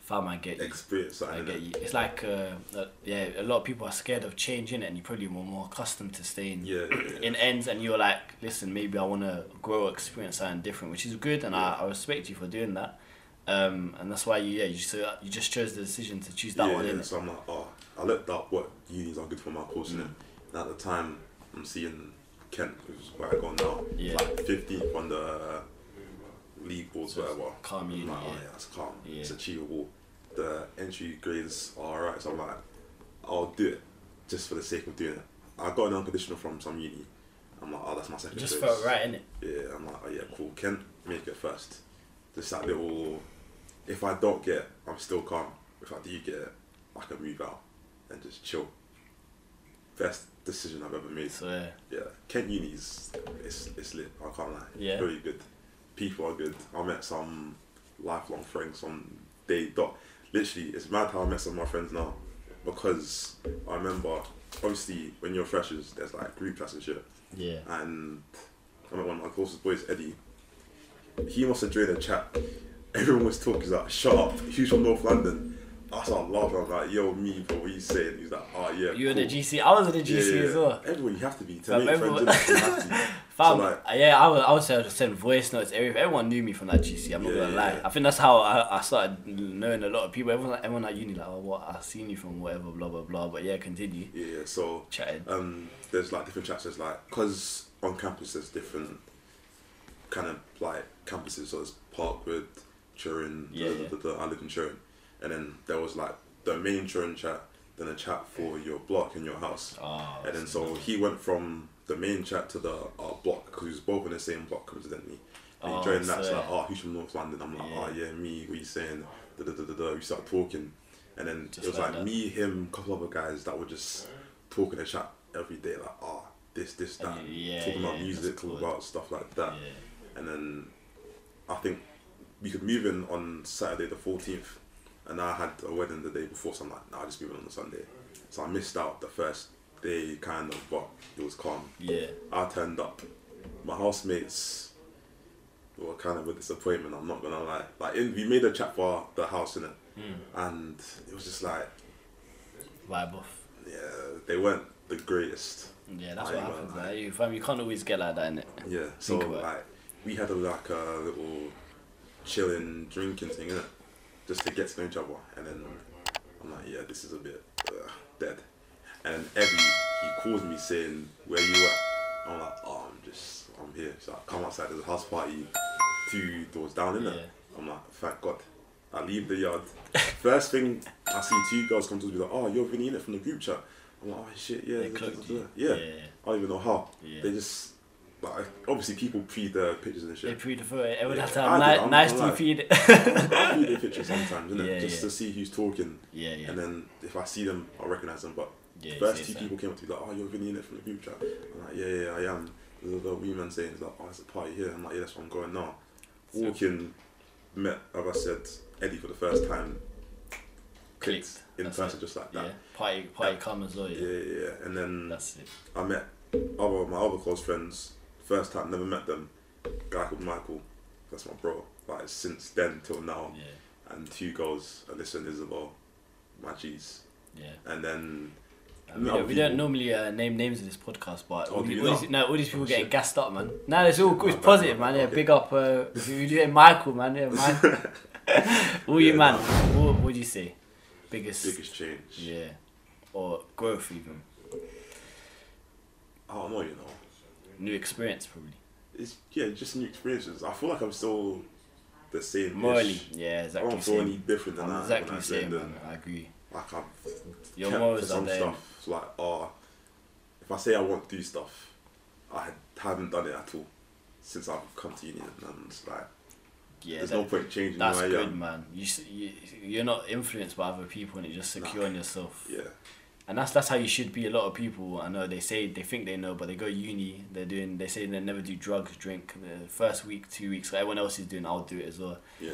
[SPEAKER 1] Fam, I get you.
[SPEAKER 2] experience
[SPEAKER 1] I
[SPEAKER 2] something.
[SPEAKER 1] get
[SPEAKER 2] innit?
[SPEAKER 1] you. It's like uh, uh, yeah, a lot of people are scared of change in it, and you probably were more accustomed to staying
[SPEAKER 2] Yeah, yeah, yeah.
[SPEAKER 1] in ends and you're like, listen, maybe I want to grow, experience something different, which is good, and I, I respect you for doing that. Um, and that's why you, yeah, you so you just chose the decision to choose that
[SPEAKER 2] yeah,
[SPEAKER 1] one,
[SPEAKER 2] yeah.
[SPEAKER 1] innit?
[SPEAKER 2] So I'm like, oh, I looked up what unis are good for my course, innit? and at the time, I'm seeing Kent, which is where I go now.
[SPEAKER 1] Yeah.
[SPEAKER 2] Like 15th on the uh, league boards, whatever.
[SPEAKER 1] calm
[SPEAKER 2] I'm
[SPEAKER 1] uni,
[SPEAKER 2] like, oh,
[SPEAKER 1] yeah.
[SPEAKER 2] yeah, it's calm. It's
[SPEAKER 1] Yeah.
[SPEAKER 2] achievable. The entry grades are alright, so I'm like, I'll do it just for the sake of doing it. I got an unconditional from some uni. I'm like, oh, that's my second
[SPEAKER 1] It just
[SPEAKER 2] choice.
[SPEAKER 1] felt right, innit?
[SPEAKER 2] Yeah, I'm like, oh yeah, cool. Kent, make it first. Just that little. If I don't get, it, I'm still calm. If I do get, it, I can move out and just chill. Best decision I've ever made.
[SPEAKER 1] So yeah,
[SPEAKER 2] Yeah, Kent Uni's, it's it's lit. I can't lie.
[SPEAKER 1] Yeah.
[SPEAKER 2] Very good. People are good. I met some lifelong friends on day dot. Literally, it's mad how I met some of my friends now, because I remember obviously when you're freshers, there's like group chats and shit
[SPEAKER 1] yeah,
[SPEAKER 2] and I met one of my closest boys, Eddie. He must have joined a chat. Everyone was talking, he's like, shut up, he's from North London. I started laughing, I was like, yo, me, bro, what are you saying? He's like, oh, yeah.
[SPEAKER 1] you were
[SPEAKER 2] cool."
[SPEAKER 1] the GC, I was the
[SPEAKER 2] Yeah,
[SPEAKER 1] GC
[SPEAKER 2] yeah,
[SPEAKER 1] as
[SPEAKER 2] yeah.
[SPEAKER 1] well.
[SPEAKER 2] Everyone, you have to be.
[SPEAKER 1] I
[SPEAKER 2] To make friends,
[SPEAKER 1] remember-
[SPEAKER 2] innit? you have to. So,
[SPEAKER 1] Fam,
[SPEAKER 2] like-
[SPEAKER 1] uh, yeah, I would, I would say I would send voice notes. every- Everyone knew me from that GC. I'm not
[SPEAKER 2] Yeah,
[SPEAKER 1] gonna
[SPEAKER 2] yeah,
[SPEAKER 1] lie.
[SPEAKER 2] yeah.
[SPEAKER 1] I think that's how I, I started knowing a lot of people. Everyone, everyone at uni like, oh, what? I seen you from whatever, blah blah blah. But yeah, continue
[SPEAKER 2] Yeah, yeah. So
[SPEAKER 1] chatting.
[SPEAKER 2] um, there's like different chapters, like because on campus there's different kind of like campuses. So there's Parkwood, Turin,
[SPEAKER 1] Yeah,
[SPEAKER 2] the,
[SPEAKER 1] yeah.
[SPEAKER 2] The, the, I live in Turin, and then there was like the main Turin chat, then a chat for your block and your house,
[SPEAKER 1] Oh,
[SPEAKER 2] and then so he went from the main chat to the uh, block because he was both in the same block coincidentally. And
[SPEAKER 1] Oh,
[SPEAKER 2] he joined that, it's
[SPEAKER 1] so-
[SPEAKER 2] like, oh, who's from North London? I'm like,
[SPEAKER 1] Yeah.
[SPEAKER 2] oh, yeah, me, what you saying? Da, da, da, da, da. We start talking, and then
[SPEAKER 1] Just
[SPEAKER 2] it was
[SPEAKER 1] like
[SPEAKER 2] like
[SPEAKER 1] that.
[SPEAKER 2] me, him, a couple other guys that were just talking and chat every day, like, oh, this, this, that,
[SPEAKER 1] And you- yeah,
[SPEAKER 2] talking about
[SPEAKER 1] yeah,
[SPEAKER 2] music,
[SPEAKER 1] that's
[SPEAKER 2] talking
[SPEAKER 1] cool.
[SPEAKER 2] about stuff like that.
[SPEAKER 1] yeah,
[SPEAKER 2] And then I think we could move in on Saturday the 14th, and I had a wedding the day before, so I'm like, nah, I'll just move in on the Sunday. So I missed out the first day, kind of, but it was calm.
[SPEAKER 1] yeah.
[SPEAKER 2] I turned up. My housemates were kind of a disappointment. I'm not gonna lie. Like, in, we made a chat for the house in it, and it was just like,
[SPEAKER 1] Vibe off.
[SPEAKER 2] yeah, they weren't the greatest.
[SPEAKER 1] Yeah, that's what
[SPEAKER 2] I ain't
[SPEAKER 1] happens.
[SPEAKER 2] gonna
[SPEAKER 1] Like, you, fam, you can't always get like that in it.
[SPEAKER 2] Yeah. So
[SPEAKER 1] Think about it.
[SPEAKER 2] like, we had a like a little chilling, drinking thing, innit? Just to get to know each other, and then I'm like, yeah, this is a bit uh, dead. And Evie, he calls me saying, where you at? I'm like, oh, I'm just, I'm here. So I come outside. There's a house party, two doors down, innit?
[SPEAKER 1] Yeah.
[SPEAKER 2] I'm like, thank God. I leave the yard. First thing I see two girls come to me like, oh, you're Vinny in it from the group chat. I'm like, oh shit, yeah,
[SPEAKER 1] They cloaked you.
[SPEAKER 2] yeah.
[SPEAKER 1] Yeah.
[SPEAKER 2] I don't even know how.
[SPEAKER 1] Yeah.
[SPEAKER 2] They just like obviously people pre their pictures and
[SPEAKER 1] They
[SPEAKER 2] shit.
[SPEAKER 1] pre for it. Everyone
[SPEAKER 2] Yeah,
[SPEAKER 1] has to
[SPEAKER 2] I
[SPEAKER 1] have
[SPEAKER 2] do,
[SPEAKER 1] ni-
[SPEAKER 2] I'm
[SPEAKER 1] nice
[SPEAKER 2] not
[SPEAKER 1] to
[SPEAKER 2] gonna
[SPEAKER 1] feed.
[SPEAKER 2] I pre their pictures sometimes, innit?
[SPEAKER 1] Yeah,
[SPEAKER 2] just
[SPEAKER 1] yeah.
[SPEAKER 2] to see who's talking.
[SPEAKER 1] yeah, yeah.
[SPEAKER 2] And then if I see them, I'll recognize them. But
[SPEAKER 1] Yeah,
[SPEAKER 2] first
[SPEAKER 1] same,
[SPEAKER 2] two
[SPEAKER 1] same.
[SPEAKER 2] people came up to me like, "Oh, you're Vinny in it from the group chat." I'm like, "Yeah, yeah, I am." The, the wee man saying, "He's like, oh, it's a party here." I'm like, "Yeah, that's where I'm going now." Walking, met, as I said, Eddie for the first time.
[SPEAKER 1] Clicked.
[SPEAKER 2] in
[SPEAKER 1] That's
[SPEAKER 2] person,
[SPEAKER 1] it.
[SPEAKER 2] just like
[SPEAKER 1] Yeah.
[SPEAKER 2] that.
[SPEAKER 1] Party, party
[SPEAKER 2] Yeah.
[SPEAKER 1] come as well.
[SPEAKER 2] Yeah,
[SPEAKER 1] Yeah.
[SPEAKER 2] yeah. yeah. And then
[SPEAKER 1] That's it.
[SPEAKER 2] I met other my other close friends. First time, never met them. Guy called Michael. That's my bro. Like since then till now,
[SPEAKER 1] Yeah.
[SPEAKER 2] and two girls, Alyssa and Isabel, my G's.
[SPEAKER 1] Yeah.
[SPEAKER 2] And then
[SPEAKER 1] Uh, we,
[SPEAKER 2] No,
[SPEAKER 1] don't, we don't
[SPEAKER 2] people-
[SPEAKER 1] normally uh, name names in this podcast, but
[SPEAKER 2] Oh,
[SPEAKER 1] all,
[SPEAKER 2] do
[SPEAKER 1] the-
[SPEAKER 2] you
[SPEAKER 1] all
[SPEAKER 2] not?
[SPEAKER 1] these, no, all these people
[SPEAKER 2] Oh,
[SPEAKER 1] getting
[SPEAKER 2] shit.
[SPEAKER 1] gassed up, man. No, it's all
[SPEAKER 2] Shit,
[SPEAKER 1] good. It's
[SPEAKER 2] my bad,
[SPEAKER 1] positive,
[SPEAKER 2] my
[SPEAKER 1] man.
[SPEAKER 2] bad,
[SPEAKER 1] Yeah,
[SPEAKER 2] okay.
[SPEAKER 1] big up. Uh, if you do it, Michael, man. Yeah, Michael. all you
[SPEAKER 2] Yeah,
[SPEAKER 1] man. What would you say? Biggest.
[SPEAKER 2] biggest change.
[SPEAKER 1] Yeah. Or growth even.
[SPEAKER 2] Oh, I don't know, you know.
[SPEAKER 1] New experience probably.
[SPEAKER 2] It's yeah, just new experiences. I feel like I'm still the same.
[SPEAKER 1] Morally. Yeah,
[SPEAKER 2] I
[SPEAKER 1] exactly.
[SPEAKER 2] don't feel any
[SPEAKER 1] Same.
[SPEAKER 2] different than
[SPEAKER 1] I'm
[SPEAKER 2] that.
[SPEAKER 1] exactly
[SPEAKER 2] when
[SPEAKER 1] the
[SPEAKER 2] I
[SPEAKER 1] same,
[SPEAKER 2] joined
[SPEAKER 1] man.
[SPEAKER 2] them.
[SPEAKER 1] I agree.
[SPEAKER 2] Like I've
[SPEAKER 1] Your
[SPEAKER 2] kept
[SPEAKER 1] morals
[SPEAKER 2] to
[SPEAKER 1] are
[SPEAKER 2] some
[SPEAKER 1] there.
[SPEAKER 2] stuff. It's like, oh, if I say I want to do stuff, I haven't done it at all since I've come to uni, and it's like
[SPEAKER 1] Yeah,
[SPEAKER 2] there's
[SPEAKER 1] that-
[SPEAKER 2] no point changing
[SPEAKER 1] that's
[SPEAKER 2] who I
[SPEAKER 1] good,
[SPEAKER 2] am.
[SPEAKER 1] man. You, s- you you're not influenced by other people, and you're just
[SPEAKER 2] Nah.
[SPEAKER 1] secure in yourself.
[SPEAKER 2] Yeah,
[SPEAKER 1] And that's that's how you should be. A lot of people I know they say they think they know, but they go uni. They're doing. They say they never do drugs, drink. The first week, two weeks, everyone else is doing. I'll do it as well.
[SPEAKER 2] yeah,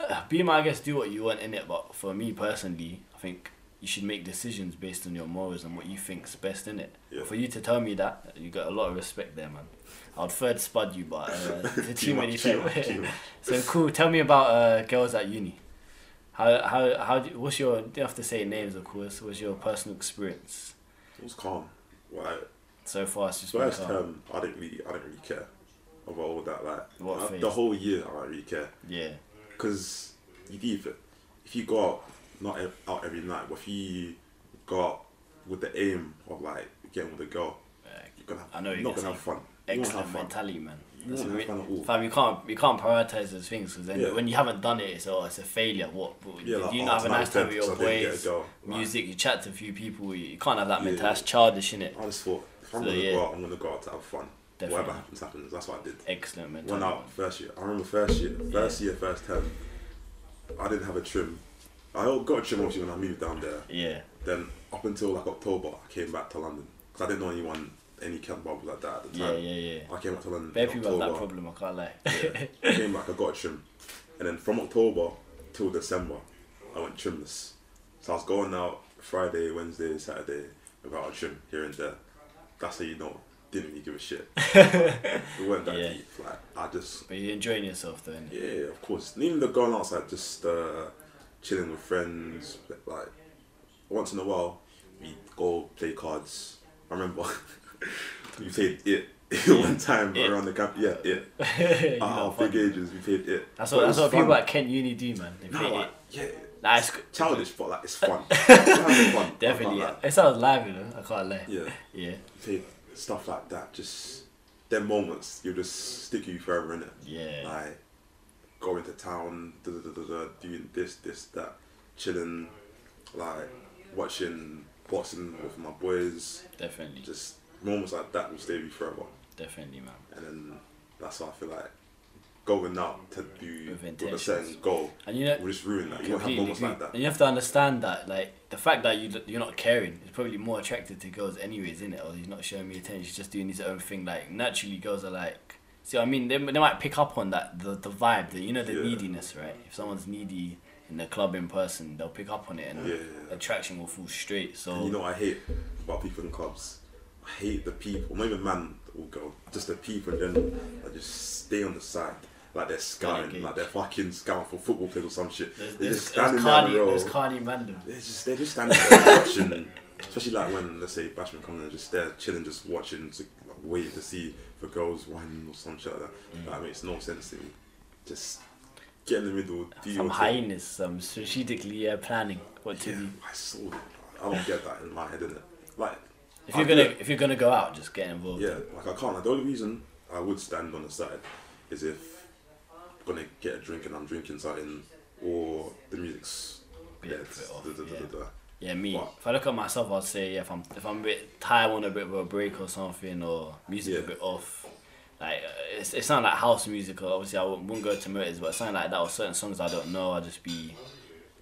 [SPEAKER 1] Uh, Be my guest. Do what you want in it. But for me personally, I think you should make decisions based on your morals and what you think's best in it.
[SPEAKER 2] Yeah.
[SPEAKER 1] For you to tell me that, you got a lot of respect there, man. I'd third spud you, but uh, too,
[SPEAKER 2] Too much,
[SPEAKER 1] many
[SPEAKER 2] too
[SPEAKER 1] people.
[SPEAKER 2] much, too much.
[SPEAKER 1] so cool. Tell me about uh, girls at uni. How how how? Do, what's your? You don't have to say names, of course. What's your personal experience?
[SPEAKER 2] it was calm. Right,
[SPEAKER 1] So far, it's just been
[SPEAKER 2] first
[SPEAKER 1] calm.
[SPEAKER 2] term, I didn't really, I didn't really care about all that. Like
[SPEAKER 1] What
[SPEAKER 2] uh,
[SPEAKER 1] phase?
[SPEAKER 2] the whole year, I didn't really care
[SPEAKER 1] Yeah,
[SPEAKER 2] because you leave it. If you go out, not ev- out every night, but if you go out with the aim of like getting with a girl,
[SPEAKER 1] Like,
[SPEAKER 2] you're gonna,
[SPEAKER 1] I know
[SPEAKER 2] you're
[SPEAKER 1] you
[SPEAKER 2] not
[SPEAKER 1] can
[SPEAKER 2] gonna have
[SPEAKER 1] say
[SPEAKER 2] fun. You won't have
[SPEAKER 1] excellent
[SPEAKER 2] fun.
[SPEAKER 1] mentality, man.
[SPEAKER 2] You
[SPEAKER 1] That's a
[SPEAKER 2] won't
[SPEAKER 1] re-
[SPEAKER 2] have fun at all.
[SPEAKER 1] fam, you can't you can't prioritize those things because then
[SPEAKER 2] Yeah.
[SPEAKER 1] when you haven't done it, it's oh, it's a failure. What? But
[SPEAKER 2] Yeah, like,
[SPEAKER 1] you
[SPEAKER 2] oh,
[SPEAKER 1] not have a
[SPEAKER 2] tonight
[SPEAKER 1] nice time with
[SPEAKER 2] was
[SPEAKER 1] your
[SPEAKER 2] dead 'cause I didn't get a
[SPEAKER 1] boys,
[SPEAKER 2] girl. Like-
[SPEAKER 1] music. You chat to a few people. You, you can't have that
[SPEAKER 2] Yeah.
[SPEAKER 1] mentality. That's childish, innit?
[SPEAKER 2] I just thought if I'm
[SPEAKER 1] So,
[SPEAKER 2] gonna
[SPEAKER 1] yeah.
[SPEAKER 2] go out, I'm gonna go out to have fun.
[SPEAKER 1] Definitely.
[SPEAKER 2] Whatever happens, happens. That's what I did.
[SPEAKER 1] Excellent mentality.
[SPEAKER 2] Went out first year. I remember first year, first year, first term. I didn't have a trim. I got a trim obviously when I moved down there.
[SPEAKER 1] Yeah,
[SPEAKER 2] Then up until like October, I came back to London because I didn't know anyone, any camp bubble like that at the
[SPEAKER 1] yeah,
[SPEAKER 2] time.
[SPEAKER 1] yeah, yeah.
[SPEAKER 2] I came back to London.
[SPEAKER 1] Bare
[SPEAKER 2] in
[SPEAKER 1] people have that
[SPEAKER 2] October.
[SPEAKER 1] problem. I can't lie.
[SPEAKER 2] Yeah. came back, I got a trim. And then from October till December, I went trimless. So I was going out Friday, Wednesday, Saturday without a trim here and there. That's how you know. Didn't really give a shit. it weren't that
[SPEAKER 1] Yeah.
[SPEAKER 2] deep. Like I just
[SPEAKER 1] but you're enjoying yourself, though. Innit?
[SPEAKER 2] yeah, of course. And Even the going outside, just uh, chilling with friends. Like once in a while, we go play cards. I remember we played it one time
[SPEAKER 1] It.
[SPEAKER 2] around the camp. Yeah, yeah.
[SPEAKER 1] You
[SPEAKER 2] Ah,
[SPEAKER 1] know,
[SPEAKER 2] big
[SPEAKER 1] fun.
[SPEAKER 2] ages. We played it.
[SPEAKER 1] That's
[SPEAKER 2] But
[SPEAKER 1] what
[SPEAKER 2] it
[SPEAKER 1] that's
[SPEAKER 2] was
[SPEAKER 1] what people
[SPEAKER 2] fun.
[SPEAKER 1] at Kent Uni do, man. They play
[SPEAKER 2] No,
[SPEAKER 1] it.
[SPEAKER 2] like, yeah,
[SPEAKER 1] Nah, it's good.
[SPEAKER 2] childish, but like it's fun. Childish fun.
[SPEAKER 1] Definitely, yeah.
[SPEAKER 2] Like,
[SPEAKER 1] It sounds lively, though. I can't lie.
[SPEAKER 2] yeah.
[SPEAKER 1] yeah,
[SPEAKER 2] Played stuff like that. Just them moments, you'll just stick you forever in it.
[SPEAKER 1] yeah.
[SPEAKER 2] Like going to town, da, da, da, da, da, doing this, this, that, chilling, like watching boxing with my boys.
[SPEAKER 1] Definitely,
[SPEAKER 2] Just moments like that will stay with you forever.
[SPEAKER 1] definitely, man.
[SPEAKER 2] And then that's why I feel like going out to do
[SPEAKER 1] With
[SPEAKER 2] with, a
[SPEAKER 1] intentions.
[SPEAKER 2] certain goal
[SPEAKER 1] And you know,
[SPEAKER 2] will just ruin that. You won't have
[SPEAKER 1] completely
[SPEAKER 2] moments
[SPEAKER 1] agree.
[SPEAKER 2] like that.
[SPEAKER 1] And you have to understand that, like, the fact that you you're not caring is probably more attractive to girls, anyways, isn't it? Or he's not showing me attention, he's just doing his own thing. Like, naturally, girls are like, see, what I mean, they, they might pick up on that the the vibe, the you know, the
[SPEAKER 2] Yeah.
[SPEAKER 1] neediness, right? If someone's needy in the club in person, they'll pick up on it, and
[SPEAKER 2] Yeah, yeah, yeah.
[SPEAKER 1] attraction will fall straight. So
[SPEAKER 2] And you know what I hate about people in clubs? I hate the people, not even man or girl, just the people in general that just stay on the side. Like they're scouting,
[SPEAKER 1] engage.
[SPEAKER 2] like they're fucking scouting for football players or some shit.
[SPEAKER 1] there's,
[SPEAKER 2] they're
[SPEAKER 1] there's,
[SPEAKER 2] just
[SPEAKER 1] there's
[SPEAKER 2] standing there in
[SPEAKER 1] Cardi,
[SPEAKER 2] the row.
[SPEAKER 1] there's Cardi Mandem.
[SPEAKER 2] They're just, they're just standing there watching. Especially like when, let's say, Bashman comes in, just there chilling, just watching, to, like, waiting to see for girls whining or some shit like that.
[SPEAKER 1] Mm.
[SPEAKER 2] That makes no sense to me. Just get in the middle, do your
[SPEAKER 1] Some
[SPEAKER 2] thing.
[SPEAKER 1] hyenas, some strategically uh, planning what to
[SPEAKER 2] Yeah,
[SPEAKER 1] do.
[SPEAKER 2] I saw that. I don't get that in my head, innit? Like,
[SPEAKER 1] If
[SPEAKER 2] I
[SPEAKER 1] you're
[SPEAKER 2] do
[SPEAKER 1] gonna
[SPEAKER 2] it.
[SPEAKER 1] if you're gonna go out, just get involved.
[SPEAKER 2] Yeah, like I can't. Like, the only reason I would stand on the side is if I'm gonna get a drink and I'm drinking something, or the music's
[SPEAKER 1] Bit
[SPEAKER 2] yeah,
[SPEAKER 1] of
[SPEAKER 2] it's
[SPEAKER 1] it off,
[SPEAKER 2] da- da- da-
[SPEAKER 1] yeah.
[SPEAKER 2] da- da.
[SPEAKER 1] Yeah, me.
[SPEAKER 2] What?
[SPEAKER 1] If I look at myself, I'd say yeah, if I'm if I'm a bit tired, want a bit of a break or something, or music a
[SPEAKER 2] Yeah.
[SPEAKER 1] bit off. Like uh, it's it's not like house music. Or obviously, I wouldn't, wouldn't go to motors, but something like that or certain songs I don't know, I'll just be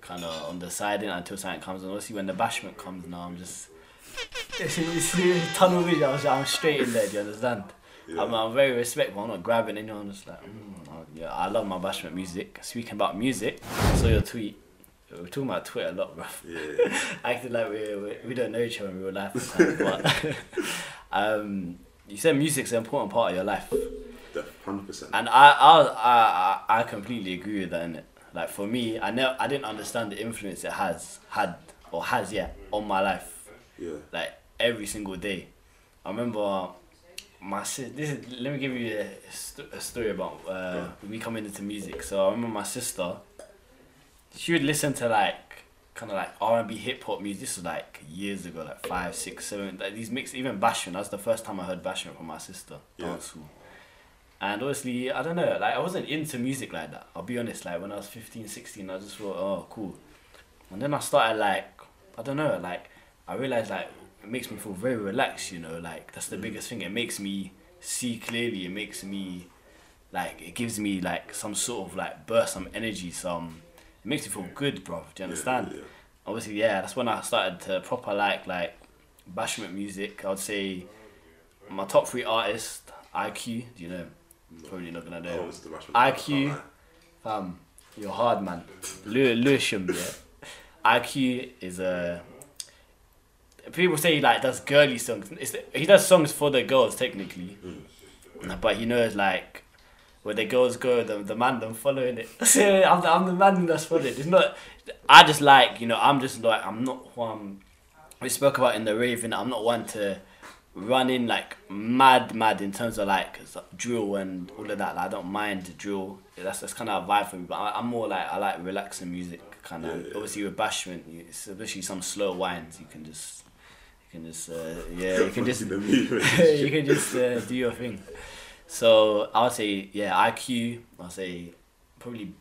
[SPEAKER 1] kind of on the side in until something comes. And obviously, when the bashment comes now, I'm just it's, it's tunnel vision. I'm, I'm straight in there. Do you understand?
[SPEAKER 2] Yeah.
[SPEAKER 1] I'm, I'm very respectful. I'm not grabbing anyone. I'm just like, mm, I- yeah, I love my bashment music. Speaking about music, I saw your tweet. We're talking about Twitter a lot, bro
[SPEAKER 2] Yeah, yeah.
[SPEAKER 1] acting like we, we we don't know each other in real life. But um, you said music's an important part of your life,
[SPEAKER 2] def- hundred percent.
[SPEAKER 1] and I I I, I I completely agree with that. Innit? Like for me, I never I didn't understand the influence it has had or has yet on my life.
[SPEAKER 2] Yeah,
[SPEAKER 1] Like every single day, I remember uh, my sis. This is let me give you a, st- a story about uh, me coming into music. So I remember my sister. She would listen to like kind of like R and B hip hop music. This was like years ago, like five, six, seven. Like these mix, even Bashment. That's the first time I heard Bashment from my sister.
[SPEAKER 2] Yeah.
[SPEAKER 1] Dancehall. And obviously, I don't know, like I wasn't into music like that. I'll be honest, like when I was 15, 16, I just thought, oh, cool. And then I started like, I don't know, like I realized like it makes me feel very relaxed, you know, like that's
[SPEAKER 2] Mm.
[SPEAKER 1] the biggest thing. It makes me see clearly. It makes me like it gives me like some sort of like burst, some energy, some. It makes me feel good, bro. Do you understand?
[SPEAKER 2] Yeah, yeah.
[SPEAKER 1] Obviously, yeah. That's when I started to proper like like bashment music. I'd say my top three artists: IQ. Do you know? him? Probably not gonna know.
[SPEAKER 2] I
[SPEAKER 1] him.
[SPEAKER 2] was the bashment.
[SPEAKER 1] IQ.
[SPEAKER 2] I can't lie.
[SPEAKER 1] Um, you're hard, man. Lew- Lewisham, yeah. IQ is a. People say he like does girly songs. It's, he does songs for the girls technically, but he knows like where the girls go, the the man them following it. So I'm the, I'm the man that's following it. It's not. I just like you know I'm just like I'm not who I'm. We spoke about in the raving. I'm not one to run in like mad, mad in terms of like s- drill and all of that. Like, I don't mind the drill. That's that's kind of a vibe for me. But I, I'm more like I like relaxing music kind of.
[SPEAKER 2] Yeah, yeah.
[SPEAKER 1] Obviously with bashment, you- especially some slow wines, you can just. You can just, uh, yeah, you can just
[SPEAKER 2] The movement.
[SPEAKER 1] you can just uh, do your thing. So I would say, yeah, IQ. I'd say probably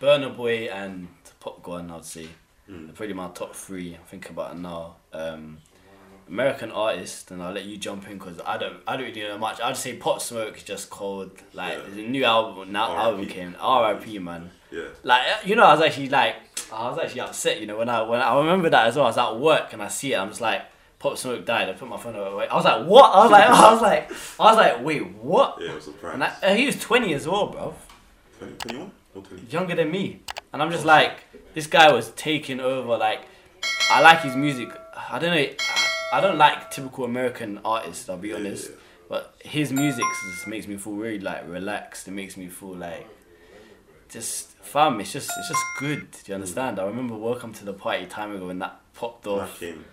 [SPEAKER 1] Burner Boy and Pop Gun. I'd say are probably my top three. I think about it now. Um, American artist, and I'll let you jump in because I don't, I don't really know much. I'd say Pop Smoke is just cold. Like
[SPEAKER 2] Yeah.
[SPEAKER 1] the new album, now
[SPEAKER 2] R.I.P..
[SPEAKER 1] album came. R.I.P. Man.
[SPEAKER 2] Yeah,
[SPEAKER 1] Like uh, you know, I was actually like, I was actually upset. You know, when I when I remember that as well. I was at work and I see it. I'm just like, Pop Smoke died. I put my phone away. I was like, what? I was like, I was like, I was like, wait, what?
[SPEAKER 2] yeah, it was a
[SPEAKER 1] And I,
[SPEAKER 2] surprise.
[SPEAKER 1] and he was 20 as well, bro,
[SPEAKER 2] 20, 21 or 20?
[SPEAKER 1] younger than me. And I'm just
[SPEAKER 2] Oh,
[SPEAKER 1] like, this guy was taking over. Like, I like his music. I don't know. I- I don't like typical American artists. I'll be
[SPEAKER 2] Yeah, yeah,
[SPEAKER 1] honest.
[SPEAKER 2] yeah.
[SPEAKER 1] But his music just makes me feel really like relaxed. It makes me feel like just fam. It's just it's just good. Do you understand? I remember Welcome to the Party time ago when that popped
[SPEAKER 2] That
[SPEAKER 1] off,
[SPEAKER 2] came.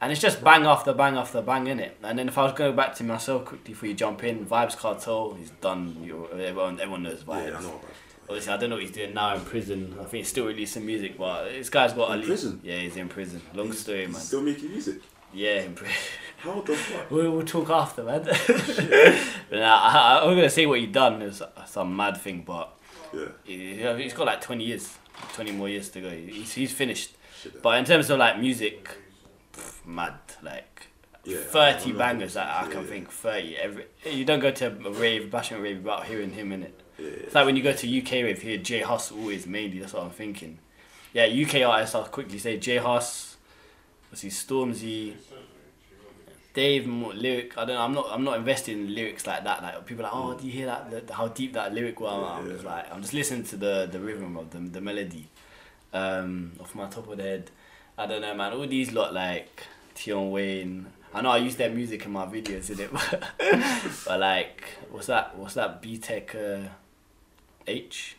[SPEAKER 1] And it's just bang after bang after bang in it. And then if I was going back to myself quickly before you jump in, Vibes Cartel, he's done. You, everyone, everyone knows
[SPEAKER 2] Yeah,
[SPEAKER 1] Vibes.
[SPEAKER 2] I know about
[SPEAKER 1] Obviously, I don't know what he's doing now in prison. I think he's still releasing music, but this guy's got
[SPEAKER 2] In
[SPEAKER 1] at least.
[SPEAKER 2] prison?
[SPEAKER 1] Yeah, he's in prison. Long story,
[SPEAKER 2] He's
[SPEAKER 1] man.
[SPEAKER 2] still making music.
[SPEAKER 1] Yeah, in prison.
[SPEAKER 2] How the fuck?
[SPEAKER 1] We'll, we'll talk after, man. but nah, I, I, I'm gonna say what he done is some mad thing, but
[SPEAKER 2] Yeah.
[SPEAKER 1] he, he's got like 20 years, 20 more years to go. He's, he's finished.
[SPEAKER 2] Shit.
[SPEAKER 1] But in terms of like music, pff, mad like
[SPEAKER 2] Yeah, I
[SPEAKER 1] 30
[SPEAKER 2] remember.
[SPEAKER 1] bangers that I
[SPEAKER 2] Yeah,
[SPEAKER 1] can
[SPEAKER 2] yeah.
[SPEAKER 1] think 30. Every you don't go to a rave, bashing rave without hearing him in it.
[SPEAKER 2] Yeah,
[SPEAKER 1] It's like when you go to UK rave, hear J Huss always mainly. That's what I'm thinking. Yeah, UK artists. I'll quickly say J Huss. What's he? Stormzy. Dave Mo- lyric. I don't. know, I'm not. I'm not invested in lyrics like that. Like people are like, oh, do you hear that? The, how deep that lyric was. I'm
[SPEAKER 2] Yeah.
[SPEAKER 1] just like, I'm just listening to the the rhythm of the the melody. Um, off my top of the head, I don't know, man. All these lot like Tion Wayne. I know I use their music in my videos, in it, but like, what's that? What's that? B Tech uh, H.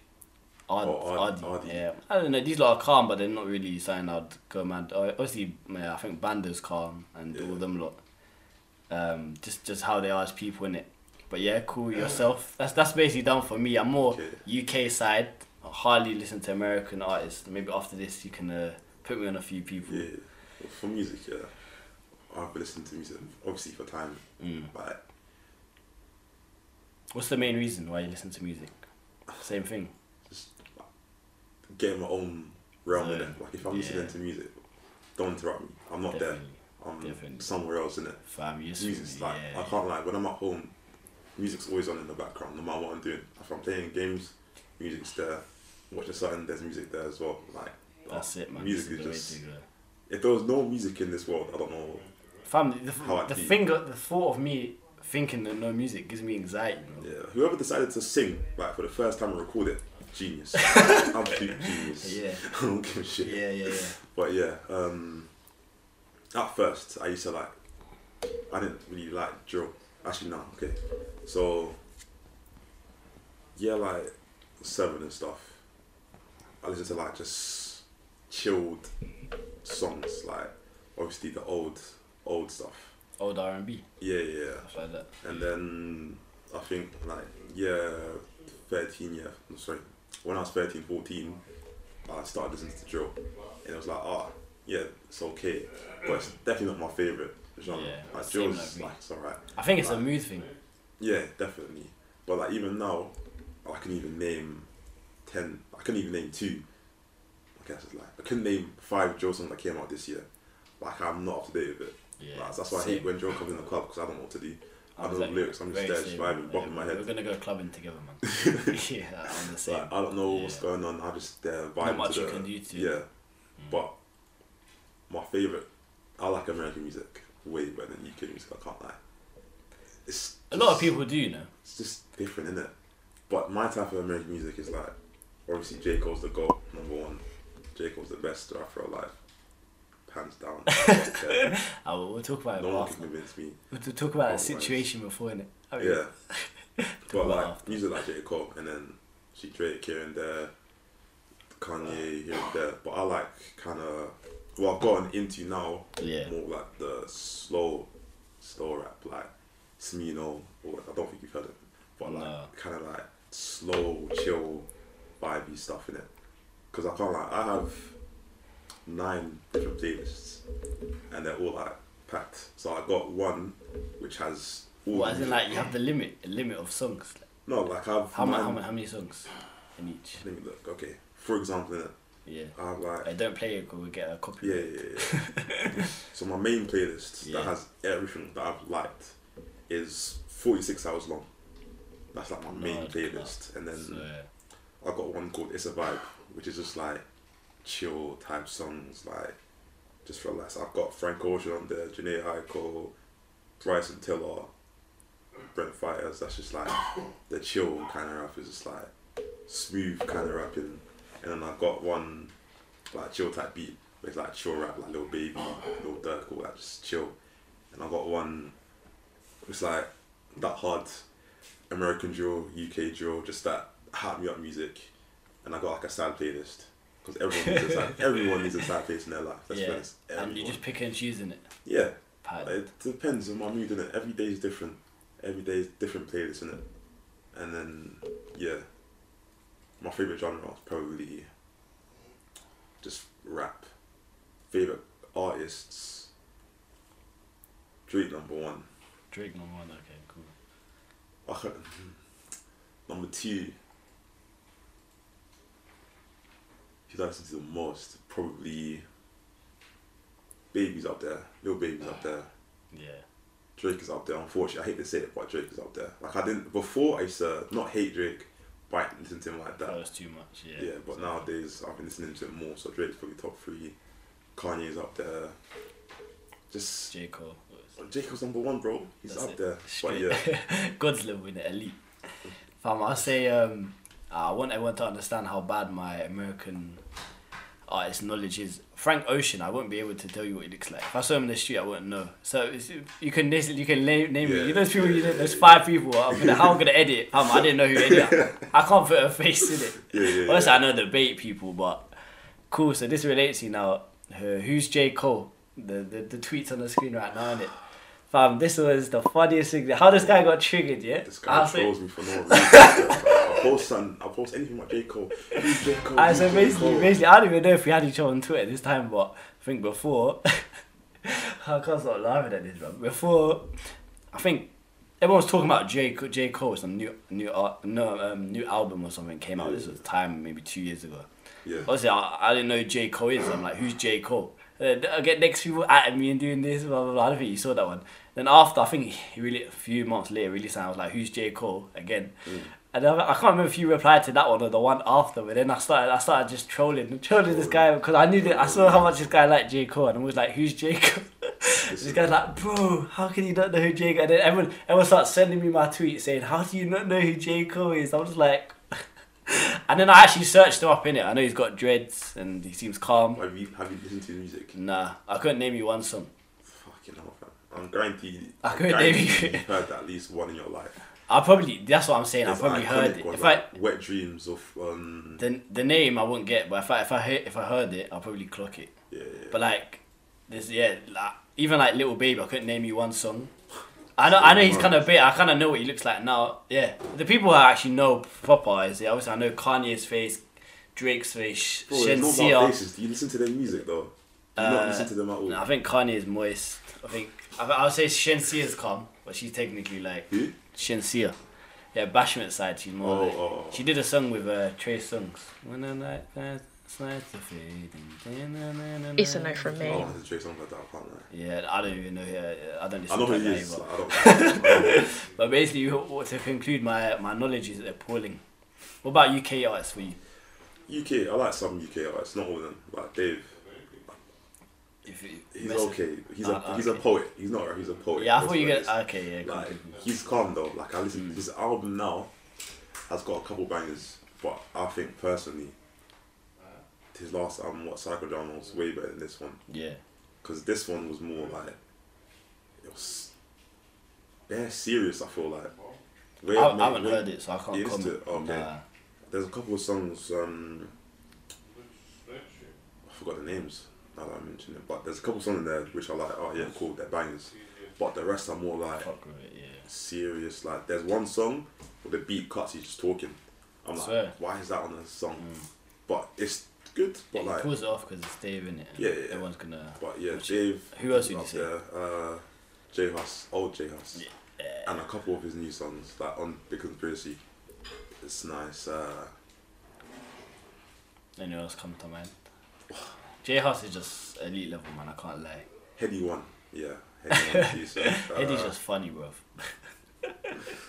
[SPEAKER 1] Odd,
[SPEAKER 2] Oh,
[SPEAKER 1] Odd,
[SPEAKER 2] Odd- Odd.
[SPEAKER 1] yeah. I don't know. These lot are calm, but they're not really something I'd go mad. Oh, Obviously, yeah, I think Banda's calm and all
[SPEAKER 2] Yeah.
[SPEAKER 1] them lot. Um, just just how they are as people in it. But yeah, cool yourself. That's that's basically done for me. I'm more UK side. I hardly listen to American artists. Maybe after this, you can uh, put me on a few people.
[SPEAKER 2] Yeah, for music, yeah. I've been listening to music, obviously for time,
[SPEAKER 1] Mm.
[SPEAKER 2] but
[SPEAKER 1] What's the main reason why you listen to music? Same thing.
[SPEAKER 2] just getting my own realm in
[SPEAKER 1] Zone.
[SPEAKER 2] it. Like if I'm
[SPEAKER 1] Yeah.
[SPEAKER 2] listening to music, don't interrupt me. I'm not
[SPEAKER 1] Definitely.
[SPEAKER 2] there. I'm
[SPEAKER 1] Definitely.
[SPEAKER 2] somewhere else in it.
[SPEAKER 1] Fam, you just
[SPEAKER 2] Music's like
[SPEAKER 1] yeah.
[SPEAKER 2] I can't like when I'm at home, music's always on in the background, no matter what I'm doing. If I'm playing games, music's there. Watching something, there's music there as well. Like
[SPEAKER 1] That's it, man.
[SPEAKER 2] Music
[SPEAKER 1] This is
[SPEAKER 2] is
[SPEAKER 1] the way
[SPEAKER 2] just-
[SPEAKER 1] to go.
[SPEAKER 2] if there was no music in this world, I don't know.
[SPEAKER 1] Fam, the,
[SPEAKER 2] How I
[SPEAKER 1] the
[SPEAKER 2] feel.
[SPEAKER 1] thing, the thought of me thinking that no music gives me anxiety. Bro.
[SPEAKER 2] Yeah, whoever decided to sing like for the first time and record it, genius, absolute genius.
[SPEAKER 1] Yeah.
[SPEAKER 2] I don't give a shit.
[SPEAKER 1] Yeah, yeah, yeah.
[SPEAKER 2] But yeah, um, at first I used to like, I didn't really like drill. Actually, no, okay. So, yeah, like seven and stuff. I listened to like just chilled songs, like obviously the old, old stuff.
[SPEAKER 1] Old R and B,
[SPEAKER 2] Yeah, yeah.
[SPEAKER 1] stuff like that.
[SPEAKER 2] And then I think like yeah, 13, yeah, no, sorry. When I was 13, 14, I started listening to drill. And it was like, ah, yeah, it's okay. But it's definitely not my favourite genre.
[SPEAKER 1] Yeah,
[SPEAKER 2] like
[SPEAKER 1] same
[SPEAKER 2] drill's
[SPEAKER 1] like me.
[SPEAKER 2] like, it's alright.
[SPEAKER 1] I think it's a
[SPEAKER 2] Right.
[SPEAKER 1] mood thing.
[SPEAKER 2] Yeah, definitely. But like even now, I can even name ten. I can even name two. I guess it's like I can name five drill songs that came out this year. Like I'm not up to date with it.
[SPEAKER 1] Yeah,
[SPEAKER 2] Like, that's why I
[SPEAKER 1] same.
[SPEAKER 2] hate when drill comes in the club because I don't know what to do. I don't know
[SPEAKER 1] Exactly.
[SPEAKER 2] the lyrics. I'm just
[SPEAKER 1] Very
[SPEAKER 2] there,
[SPEAKER 1] same.
[SPEAKER 2] just vibing, bopping my
[SPEAKER 1] We're
[SPEAKER 2] head.
[SPEAKER 1] gonna go clubbing together, man. yeah, I'm the same.
[SPEAKER 2] Like, I don't know what's
[SPEAKER 1] Yeah.
[SPEAKER 2] going on. I just there vibing.
[SPEAKER 1] Not much
[SPEAKER 2] to
[SPEAKER 1] you
[SPEAKER 2] the,
[SPEAKER 1] can do to it. Mm.
[SPEAKER 2] Yeah, but my favorite. I like American music way better than UK music. I can't lie. It's
[SPEAKER 1] a lot of
[SPEAKER 2] just-
[SPEAKER 1] people do, you know.
[SPEAKER 2] it's just different, isn't it? But my type of American music is like, obviously J Cole's the goat, number one. J Cole's the best rapper alive, hands down. I don't care.
[SPEAKER 1] I will, Oh, we'll talk about it.
[SPEAKER 2] no one can
[SPEAKER 1] after.
[SPEAKER 2] convince me.
[SPEAKER 1] We'll t- talk about the
[SPEAKER 2] Otherwise.
[SPEAKER 1] situation before, innit? Oh, I mean,
[SPEAKER 2] Yeah, but
[SPEAKER 1] about
[SPEAKER 2] like
[SPEAKER 1] after.
[SPEAKER 2] music like J Cole, and then she Drake here and there, Kanye here and there. But I like kind of what I've gotten into now,
[SPEAKER 1] Yeah.
[SPEAKER 2] more like the slow, slow rap, like Smino. Or I don't think you've heard of him, but like
[SPEAKER 1] No.
[SPEAKER 2] kind of like slow, chill, vibey stuff in it. Because I can't like I have nine different playlists, and they're all like packed. So I got one which has all.
[SPEAKER 1] Well,
[SPEAKER 2] the
[SPEAKER 1] as in,
[SPEAKER 2] music.
[SPEAKER 1] like, you have the limit, a limit of songs. Like,
[SPEAKER 2] No, like I've
[SPEAKER 1] how, mu-
[SPEAKER 2] nine-
[SPEAKER 1] how, mu- how many songs in each?
[SPEAKER 2] Let me look. Okay, for example, innit,
[SPEAKER 1] Yeah.
[SPEAKER 2] I have like
[SPEAKER 1] I don't play it because we get a copy.
[SPEAKER 2] yeah, yeah, yeah. so my main playlist
[SPEAKER 1] Yeah.
[SPEAKER 2] that has everything that I've liked is forty six hours long. That's like my main
[SPEAKER 1] Lord,
[SPEAKER 2] playlist, and then
[SPEAKER 1] So, yeah.
[SPEAKER 2] I got one called "It's a Vibe," which is just like chill type songs, like just relax. I've got Frank Ocean on there, Janae Aiko, Bryson Tiller, Brent Fighters. That's just like the chill kind of rap is just like smooth kind of rapping, and then I've got one like chill type beat with like chill rap, like Lil Baby, Lil Durk, all that just chill, and I've got one it's like that hard American drill, UK drill, just that hype me up music, and I got like a sad playlist, because everyone needs a sad, everyone needs a sad face in their life. Let's be
[SPEAKER 1] yeah.
[SPEAKER 2] honest.
[SPEAKER 1] And you
[SPEAKER 2] Everyone.
[SPEAKER 1] just pick and choosing it.
[SPEAKER 2] yeah,
[SPEAKER 1] Pat.
[SPEAKER 2] Uh, it depends on my mood, innit? Every day is different. Every day is different playlist, innit? And then, yeah, my favorite genre is probably just rap. Favorite artists, Drake number one.
[SPEAKER 1] Drake number one. Okay, cool.
[SPEAKER 2] I can't- hmm. number two. Who I listen to the most? Probably. Baby's up there. Little Baby's up there.
[SPEAKER 1] Yeah.
[SPEAKER 2] Drake is up there. Unfortunately, I hate to say it, but Drake is up there. Like I didn't before. I used to not hate Drake, but I didn't listen to him like
[SPEAKER 1] That
[SPEAKER 2] that.
[SPEAKER 1] was too much.
[SPEAKER 2] Yeah,
[SPEAKER 1] Yeah.
[SPEAKER 2] but
[SPEAKER 1] So-
[SPEAKER 2] nowadays I've been listening to it more. So Drake's probably top three. Kanye's up there. Just
[SPEAKER 1] J Cole. was-
[SPEAKER 2] Jacob's number one, bro. He's
[SPEAKER 1] that's
[SPEAKER 2] up
[SPEAKER 1] it.
[SPEAKER 2] there. But
[SPEAKER 1] Straight.
[SPEAKER 2] yeah,
[SPEAKER 1] God's level in the elite. Fam, I say um, I want everyone to understand how bad my American artist knowledge is. Frank Ocean, I won't be able to tell you what he looks like. If I saw him in the street, I wouldn't know. So it's, you can listen, you can name, name
[SPEAKER 2] Yeah,
[SPEAKER 1] it. You know those people, you
[SPEAKER 2] yeah,
[SPEAKER 1] know,
[SPEAKER 2] yeah,
[SPEAKER 1] those
[SPEAKER 2] yeah.
[SPEAKER 1] five people. I'm gonna, how am I gonna edit? Fam, I didn't know who edit. I can't put a face in it.
[SPEAKER 2] yeah, yeah.
[SPEAKER 1] Unless
[SPEAKER 2] yeah.
[SPEAKER 1] I know the bait people, but cool. So this relates to you now. Uh, who's J Cole? The, the the tweets on the screen right now, innit? Fam, this was the funniest thing. How this guy got triggered, yeah?
[SPEAKER 2] This
[SPEAKER 1] I
[SPEAKER 2] guy
[SPEAKER 1] was like-
[SPEAKER 2] trolls me for no reason. I post son. I post anything about J Cole. Who's J Cole?
[SPEAKER 1] I
[SPEAKER 2] Who's
[SPEAKER 1] so
[SPEAKER 2] J.
[SPEAKER 1] basically,
[SPEAKER 2] Cole?
[SPEAKER 1] basically, I don't even know if we had each other on Twitter this time, but I think before, I can't stop laughing at this, bro. Before, I think everyone was talking about J Co- J Cole, some new new art, no um, new album or something came out. This was time maybe two years ago.
[SPEAKER 2] Yeah.
[SPEAKER 1] Obviously, I, I didn't know who J Cole is. I'm like, who's J Cole? And then I get next people at me and doing this, blah blah blah. I don't think you saw that one. Then after, I think he really a few months later, really sounded like, who's J Cole again? And I, I can't remember if you replied to that one or the one after. But then I started, I started just trolling, trolling this guy because I knew that I saw how much this guy liked J Cole, and I was like, who's J Cole? this guy's like, bro, how can you not know who J Cole? And then everyone, everyone starts sending me my tweet saying, how do you not know who J Cole is? I was like. And then I actually searched him up in it. I know he's got dreads and he seems calm.
[SPEAKER 2] Have you have you listened to the music?
[SPEAKER 1] Nah, I couldn't name you one song.
[SPEAKER 2] Fucking hell, fam. I'm guaranteed.
[SPEAKER 1] I
[SPEAKER 2] I'm
[SPEAKER 1] couldn't
[SPEAKER 2] guaranteed
[SPEAKER 1] even-
[SPEAKER 2] You've heard that at least one in your life.
[SPEAKER 1] I probably that's what I'm saying. I
[SPEAKER 2] It's
[SPEAKER 1] probably
[SPEAKER 2] iconic
[SPEAKER 1] heard it.
[SPEAKER 2] one,
[SPEAKER 1] If I
[SPEAKER 2] like Wet Dreams of um.
[SPEAKER 1] the, the name I wouldn't get, but if I if I heard, if I heard it, I'll probably clock it.
[SPEAKER 2] Yeah, yeah.
[SPEAKER 1] But like this, yeah, like, even like Little Baby, I couldn't name you one song. I know, I know he's kind of big. I kind of know what he looks like now. Yeah, the people I actually know proper is yeah, obviously I know Kanye's face, Drake's face,
[SPEAKER 2] Bro, it's not
[SPEAKER 1] Shensia.
[SPEAKER 2] about faces. Do you listen to their music though? Do you
[SPEAKER 1] Uh,
[SPEAKER 2] not listen to them at all.
[SPEAKER 1] No, I think Kanye is moist. I think I, I would say Shensia is calm, but she's technically like
[SPEAKER 2] Who?
[SPEAKER 1] Shensia. Yeah, Bashment side. She's more.
[SPEAKER 2] Oh,
[SPEAKER 1] like-
[SPEAKER 2] oh, oh.
[SPEAKER 1] She did a song with uh, Trey Songs. When the night fast starts to fade and da- na- na- na-
[SPEAKER 3] It's a no from
[SPEAKER 2] I
[SPEAKER 3] me.
[SPEAKER 2] don't listen to Trey songs like that. I can't. lie.
[SPEAKER 1] Yeah, I don't even know. Yeah, yeah, I don't
[SPEAKER 2] I
[SPEAKER 1] listen
[SPEAKER 2] know
[SPEAKER 1] to
[SPEAKER 2] who he
[SPEAKER 1] that
[SPEAKER 2] is.
[SPEAKER 1] either.
[SPEAKER 2] Like, I don't. I don't know.
[SPEAKER 1] But basically, you- to conclude, my my knowledge is appalling. What about UK artists for you?
[SPEAKER 2] UK, I like some UK artists, not all of them. Like Dave,
[SPEAKER 1] If you
[SPEAKER 2] he's
[SPEAKER 1] mess-
[SPEAKER 2] okay. He's a
[SPEAKER 1] Ah,
[SPEAKER 2] he's
[SPEAKER 1] okay.
[SPEAKER 2] a poet. He's not. a rapper, He's a poet.
[SPEAKER 1] Yeah, I
[SPEAKER 2] That's
[SPEAKER 1] thought you
[SPEAKER 2] what it
[SPEAKER 1] were
[SPEAKER 2] is.
[SPEAKER 1] gonna. Okay, yeah. cool,
[SPEAKER 2] Like
[SPEAKER 1] cool, cool.
[SPEAKER 2] he's calm though. Like I listen to his album now has got a couple bangers, but I think personally, his last album, what Psychodrama, was way better than this one.
[SPEAKER 1] Yeah.
[SPEAKER 2] Cause this one was more like it was bare serious. I feel like. Way
[SPEAKER 1] I,
[SPEAKER 2] it made-
[SPEAKER 1] I haven't
[SPEAKER 2] way-
[SPEAKER 1] heard it, so I can't
[SPEAKER 2] you listened
[SPEAKER 1] comment.
[SPEAKER 2] to it? Okay.
[SPEAKER 1] Nah.
[SPEAKER 2] There's a couple of songs. Um, I forgot the names. Now that I mentioned it, but there's a couple songs in there which are like, oh yeah, cool, they're bangers. But the rest are more like
[SPEAKER 1] Fuck with it, yeah.
[SPEAKER 2] serious. Like there's one song where the beat cuts, he's just talking. I'm like,
[SPEAKER 1] Swear.
[SPEAKER 2] why is that on this song? But it's good. But
[SPEAKER 1] yeah, he
[SPEAKER 2] like,
[SPEAKER 1] pulls Mm. it off because it's Dave in it.
[SPEAKER 2] Yeah, yeah, yeah.
[SPEAKER 1] Everyone's gonna.
[SPEAKER 2] but yeah, Dave.
[SPEAKER 1] who else would you
[SPEAKER 2] up
[SPEAKER 1] say?
[SPEAKER 2] there, Uh, J Hus, old J Hus,
[SPEAKER 1] Yeah.
[SPEAKER 2] and a couple of his new songs like on Big Conspiracy. It's nice. Uh,
[SPEAKER 1] Anyone else come to mind? J House is just elite level, man. I can't lie.
[SPEAKER 2] Heady one, yeah. Heady one, he's, uh,
[SPEAKER 1] Eddie's just funny, bro.
[SPEAKER 2] no,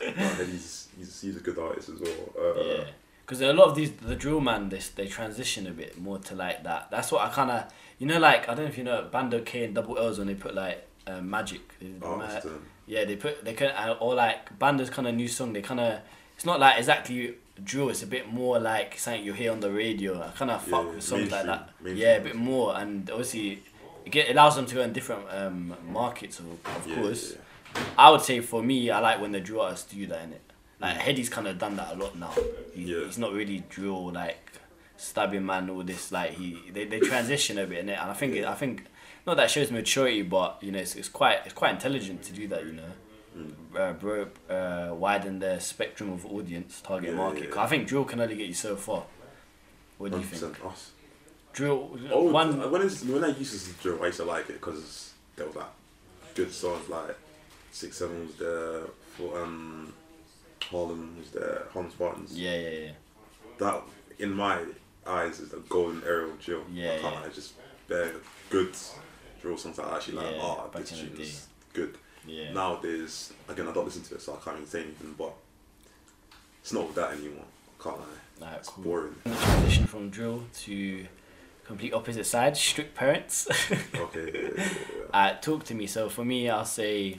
[SPEAKER 2] Heady's he's, he's a good artist as well. Uh,
[SPEAKER 1] yeah. Because a lot of these, the drill man, they, they transition a bit more to like that. That's what I kind of, you know, like I don't know if you know Bando K and Double L's when they put like uh, magic. They did
[SPEAKER 2] Oh,
[SPEAKER 1] ma-
[SPEAKER 2] that's the-
[SPEAKER 1] yeah, they put they kind of or like Bando's kind of new song. They kind of it's not like exactly drill. It's a bit more like something you hear on the radio. I kind of
[SPEAKER 2] Yeah,
[SPEAKER 1] fuck
[SPEAKER 2] yeah,
[SPEAKER 1] with songs like
[SPEAKER 2] mainstream-
[SPEAKER 1] that.
[SPEAKER 2] mainstream
[SPEAKER 1] yeah, a bit
[SPEAKER 2] mainstream.
[SPEAKER 1] more and obviously it get, allows them to go in different um, markets. Of, of
[SPEAKER 2] yeah,
[SPEAKER 1] course,
[SPEAKER 2] yeah,
[SPEAKER 1] I would say for me, I like when the drill artists do that in it. Like Heady's kind of done that a lot now. He,
[SPEAKER 2] Mm. Yeah.
[SPEAKER 1] He's not really drill like stabbing man, all this like he they, they transition a bit in it, and I think it, I think not that shows maturity, but you know it's, it's quite it's quite intelligent to do that, you know.
[SPEAKER 2] Mm.
[SPEAKER 1] Uh, bro, uh, widen the spectrum of audience target
[SPEAKER 2] Yeah,
[SPEAKER 1] market.
[SPEAKER 2] yeah,
[SPEAKER 1] 'Cause I think drill can only get you so far. What do you think?
[SPEAKER 2] 100% us.
[SPEAKER 1] Drill
[SPEAKER 2] Oh,
[SPEAKER 1] one
[SPEAKER 2] when, it's, when I used to drill, I used to like it because there was like good songs like Six Seven was there, for um, Harlem was there, Harlem Spartans.
[SPEAKER 1] yeah yeah yeah.
[SPEAKER 2] That in my eyes is the golden era of drill.
[SPEAKER 1] Yeah,
[SPEAKER 2] I can't
[SPEAKER 1] yeah.
[SPEAKER 2] lie, just bare good drill songs that I actually like.
[SPEAKER 1] Yeah,
[SPEAKER 2] Ah,
[SPEAKER 1] back
[SPEAKER 2] this
[SPEAKER 1] in the
[SPEAKER 2] tune
[SPEAKER 1] day.
[SPEAKER 2] is good.
[SPEAKER 1] Yeah.
[SPEAKER 2] Nowadays, again, I don't listen to it, so I can't even say anything. But it's not that anymore. I can't lie.
[SPEAKER 1] Alright,
[SPEAKER 2] it's
[SPEAKER 1] cool.
[SPEAKER 2] boring.
[SPEAKER 1] Transition from drill to complete opposite side, strict parents.
[SPEAKER 2] okay. yeah, yeah, yeah,
[SPEAKER 1] uh, talk to me. So for me, I'll say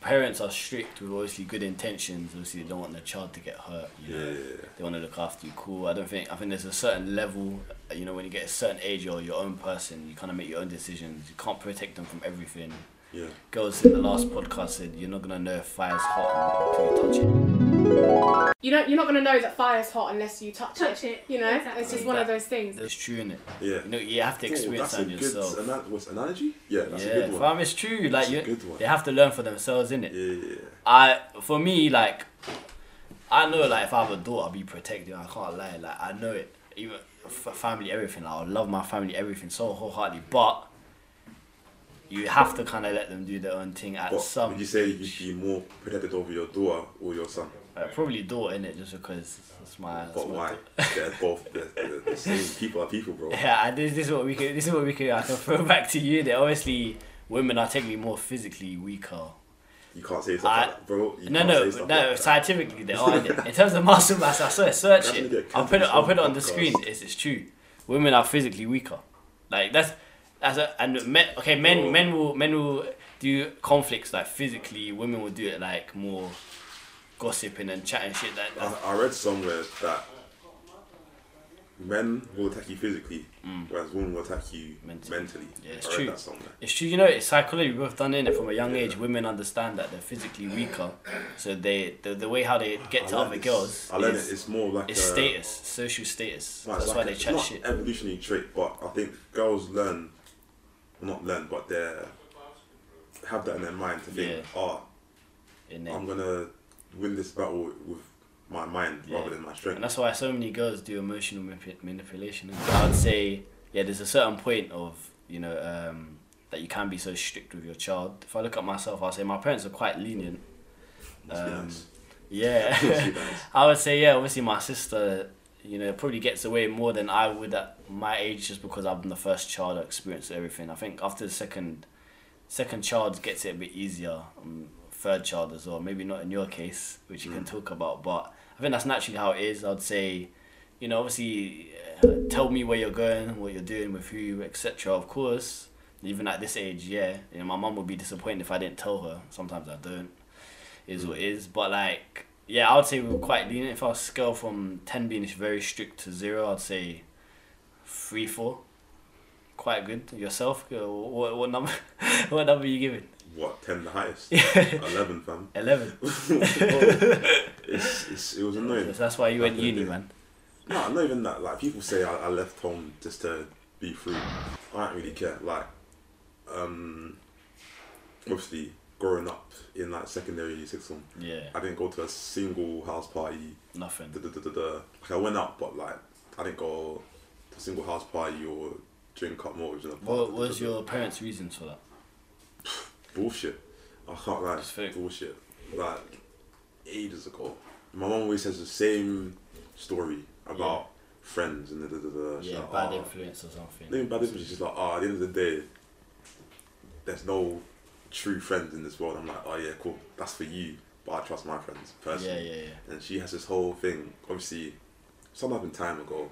[SPEAKER 1] parents are strict with obviously good intentions. Obviously, they don't want their child to get hurt. You know?
[SPEAKER 2] Yeah, yeah, yeah.
[SPEAKER 1] They want to look after you. Cool. I don't think. I think there's a certain level. uh, You know, when you get a certain age, you're your own person. You kind of make your own decisions. You can't protect them from everything.
[SPEAKER 2] yeah. yeah.
[SPEAKER 1] Girls in the last podcast said you're not gonna know if fire's hot until you touch it.
[SPEAKER 3] You don't, you're not going to know that fire's hot unless you touch,
[SPEAKER 4] Touch it,
[SPEAKER 3] You know,
[SPEAKER 4] exactly.
[SPEAKER 3] it's just one of those things.
[SPEAKER 1] It's true in it.
[SPEAKER 2] Yeah.
[SPEAKER 1] You know, you have to experience
[SPEAKER 2] that's a
[SPEAKER 1] that yourself.
[SPEAKER 2] good ana- what's analogy? Yeah, that's a
[SPEAKER 1] yeah,
[SPEAKER 2] good one.
[SPEAKER 1] fam, it's true. Like
[SPEAKER 2] a
[SPEAKER 1] you,
[SPEAKER 2] good one.
[SPEAKER 1] they have to learn for themselves, innit?
[SPEAKER 2] Yeah, yeah, yeah.
[SPEAKER 1] I for me like I know like if I have a daughter I'll be protective I can't lie like I know it even f- family everything like, I love my family everything so wholeheartedly but you have to kind of let them do their own thing at
[SPEAKER 2] But
[SPEAKER 1] some
[SPEAKER 2] would you say you'd be more protected over your daughter or your son?
[SPEAKER 1] uh, probably daughter in it just because it's my that's
[SPEAKER 2] But
[SPEAKER 1] my
[SPEAKER 2] why?
[SPEAKER 1] daughter.
[SPEAKER 2] They're both they're, they're the same people are people, bro.
[SPEAKER 1] yeah I, this, this is what we could this is what we could I can throw back to you there obviously women are technically more physically weaker
[SPEAKER 2] You can't say stuff
[SPEAKER 1] I-
[SPEAKER 2] like that, bro. You
[SPEAKER 1] No,
[SPEAKER 2] can't
[SPEAKER 1] no,
[SPEAKER 2] say
[SPEAKER 1] no.
[SPEAKER 2] stuff like that.
[SPEAKER 1] scientifically, they are. innit? In terms of muscle mass, I saw search
[SPEAKER 2] Definitely
[SPEAKER 1] it.
[SPEAKER 2] get
[SPEAKER 1] I'll put it. I'll put it on the
[SPEAKER 2] podcast.
[SPEAKER 1] screen. It's, it's true. Women are physically weaker. Like that's that's a, and men. Okay, men
[SPEAKER 2] Bro.
[SPEAKER 1] men will men will do conflicts like physically. Women will do it like more gossiping and chatting shit. Like that.
[SPEAKER 2] I, I read somewhere that men will attack you physically, whereas women will attack you
[SPEAKER 1] Mm. Mentally.
[SPEAKER 2] mentally.
[SPEAKER 1] Yeah, it's
[SPEAKER 2] I read
[SPEAKER 1] true.
[SPEAKER 2] that somewhere.
[SPEAKER 1] It's true, you know, it's psychology we've done in it from a young age. Women understand that they're physically weaker, so they the, the way how they get
[SPEAKER 2] I
[SPEAKER 1] to
[SPEAKER 2] learned
[SPEAKER 1] other
[SPEAKER 2] this-
[SPEAKER 1] girls
[SPEAKER 2] I learned
[SPEAKER 1] is,
[SPEAKER 2] it. It's more like
[SPEAKER 1] is
[SPEAKER 2] a,
[SPEAKER 1] status, social status.
[SPEAKER 2] Well, it's
[SPEAKER 1] That's why
[SPEAKER 2] like
[SPEAKER 1] they
[SPEAKER 2] a-
[SPEAKER 1] chat
[SPEAKER 2] not
[SPEAKER 1] shit.
[SPEAKER 2] Evolutionary trait, but I think girls learn, not learn, but they have that in their mind to think,
[SPEAKER 1] Yeah.
[SPEAKER 2] oh,
[SPEAKER 1] in it.
[SPEAKER 2] I'm gonna win this battle with my mind
[SPEAKER 1] Yeah.
[SPEAKER 2] rather than my
[SPEAKER 1] And
[SPEAKER 2] strength.
[SPEAKER 1] that's why so many girls do emotional manip- manipulation. isn't it? I would say, yeah, there's a certain point of, you know, um, that you can be so strict with your child. If I look at myself, I'll say my parents are quite lenient.
[SPEAKER 2] Must be
[SPEAKER 1] um,
[SPEAKER 2] nice. Must be
[SPEAKER 1] Yeah.
[SPEAKER 2] nice.
[SPEAKER 1] I would say, yeah, obviously my sister, you know, probably gets away more than I would at my age just because I've been the first child, I experienced everything. I think after the second, second child gets it a bit easier. Um, third child as well, maybe not in your case, which you can talk about, but I think that's naturally how it is. I'd say, you know, obviously, uh, tell me where you're going, what you're doing, with who, etc. Of course, even at this age, yeah, you know, my mum would be disappointed if I didn't tell her. Sometimes I don't. Is what is, but like, yeah, I would say we were quite lenient. If I scale from ten being very strict to zero, I'd say three, four. Quite good. Yourself, uh, what, what number? what number are you giving?
[SPEAKER 2] What ten the highest? Eleven, fam.
[SPEAKER 1] Eleven.
[SPEAKER 2] It's, it's, it was annoying.
[SPEAKER 1] So that's why you went
[SPEAKER 2] Back in the
[SPEAKER 1] uni,
[SPEAKER 2] day.
[SPEAKER 1] man.
[SPEAKER 2] No, not even that. Like people say, I, I left home just to be free. I don't really care. Like, um, obviously growing up in like secondary year, sixth form,
[SPEAKER 1] Yeah,
[SPEAKER 2] I didn't go to a single house party.
[SPEAKER 1] nothing.
[SPEAKER 2] Da, da, da, da, da. Like I went out, but like I didn't go to a single house party or drink up mortgage in a pub.
[SPEAKER 1] What
[SPEAKER 2] Da,
[SPEAKER 1] was
[SPEAKER 2] da, da, da.
[SPEAKER 1] your parents' reasons for that?
[SPEAKER 2] bullshit? I can't lie.
[SPEAKER 1] It's fake.
[SPEAKER 2] Bullshit. Like ages ago, my mom always says the same story about friends and da, da, da, da. She's
[SPEAKER 1] Yeah,
[SPEAKER 2] like,
[SPEAKER 1] bad
[SPEAKER 2] "Oh,
[SPEAKER 1] influence or something.
[SPEAKER 2] Nothing bad is just like, oh, at the end of the day, there's no true friends in this world. I'm like, oh yeah, cool, that's for you, but I trust my friends
[SPEAKER 1] Yeah,
[SPEAKER 2] personally.
[SPEAKER 1] yeah, yeah.
[SPEAKER 2] And she has this whole thing. Obviously, some happened time ago.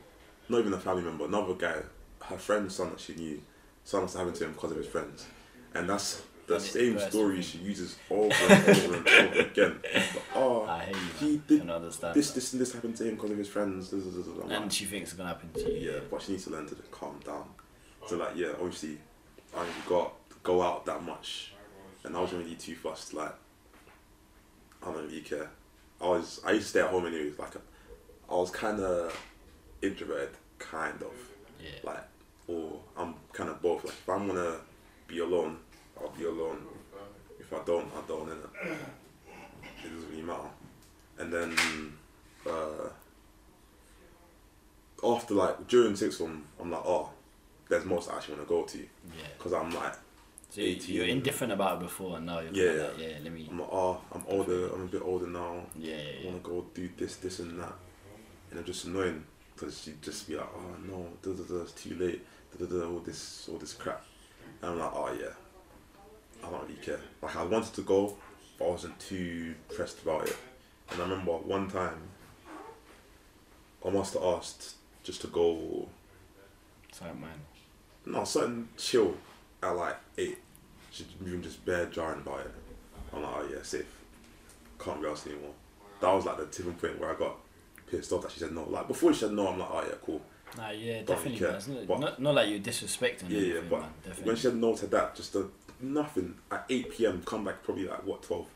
[SPEAKER 2] Not even a family member, another guy, her friend's son that she knew, son was happened to him because of his friends, and that's the
[SPEAKER 1] That's
[SPEAKER 2] same
[SPEAKER 1] first thing.
[SPEAKER 2] story she uses over and over and over again. Like, oh,
[SPEAKER 1] I hate you.
[SPEAKER 2] he
[SPEAKER 1] Man. I
[SPEAKER 2] did
[SPEAKER 1] can understand.
[SPEAKER 2] this,
[SPEAKER 1] that.
[SPEAKER 2] this, and this happened to him because of his friends. da, da, da, da, da. I'm like,
[SPEAKER 1] And she thinks it's gonna happen to you.
[SPEAKER 2] yeah, but she needs to learn to just calm down. So like, yeah, obviously, I didn't go go out that much, and I wasn't really too fussed. Like, I don't really care. I was I used to stay at home anyways. Like, I was kind of introverted, kind of.
[SPEAKER 1] Yeah.
[SPEAKER 2] Like, or I'm kind of both. Like, if I'm gonna be alone, I'll be alone. If I don't, I don't. Innit? It doesn't really matter. And then, uh, after like during sixth form, I'm like, oh, there's most I actually want to go to,
[SPEAKER 1] Yeah.
[SPEAKER 2] because I'm like,
[SPEAKER 1] So you, you were
[SPEAKER 2] 18.
[SPEAKER 1] indifferent about it before, and now you're
[SPEAKER 2] Yeah.
[SPEAKER 1] yeah. like, yeah, let me.
[SPEAKER 2] I'm like, oh, I'm older. I'm a bit older now.
[SPEAKER 1] Yeah, yeah,
[SPEAKER 2] I
[SPEAKER 1] yeah.
[SPEAKER 2] want to go do this, this, and that. And it's just annoying because you'd just be like, oh no, duh, duh, duh, it's too late, duh, duh, duh, all this, all this crap. And I'm like, oh yeah, I don't really care. Like I wanted to go, but I wasn't too pressed about it. And I remember one time, I must have asked just to go,
[SPEAKER 1] Sorry, man.
[SPEAKER 2] no, something chill at like eight. She's even just bare jarring about it. I'm like, oh yeah, safe. Can't be asked anymore. That was like the tipping point where I got pissed off that she said no. Like before she said no, I'm like, oh yeah, cool.
[SPEAKER 1] Nah, yeah,
[SPEAKER 2] Don't
[SPEAKER 1] definitely.
[SPEAKER 2] care,
[SPEAKER 1] man. It's not,
[SPEAKER 2] but-
[SPEAKER 1] not, not like you're disrespecting.
[SPEAKER 2] Yeah, yeah,
[SPEAKER 1] anything,
[SPEAKER 2] but
[SPEAKER 1] man, definitely.
[SPEAKER 2] when she said no to that, just a, nothing at 8 p.m. Come back probably like what 12.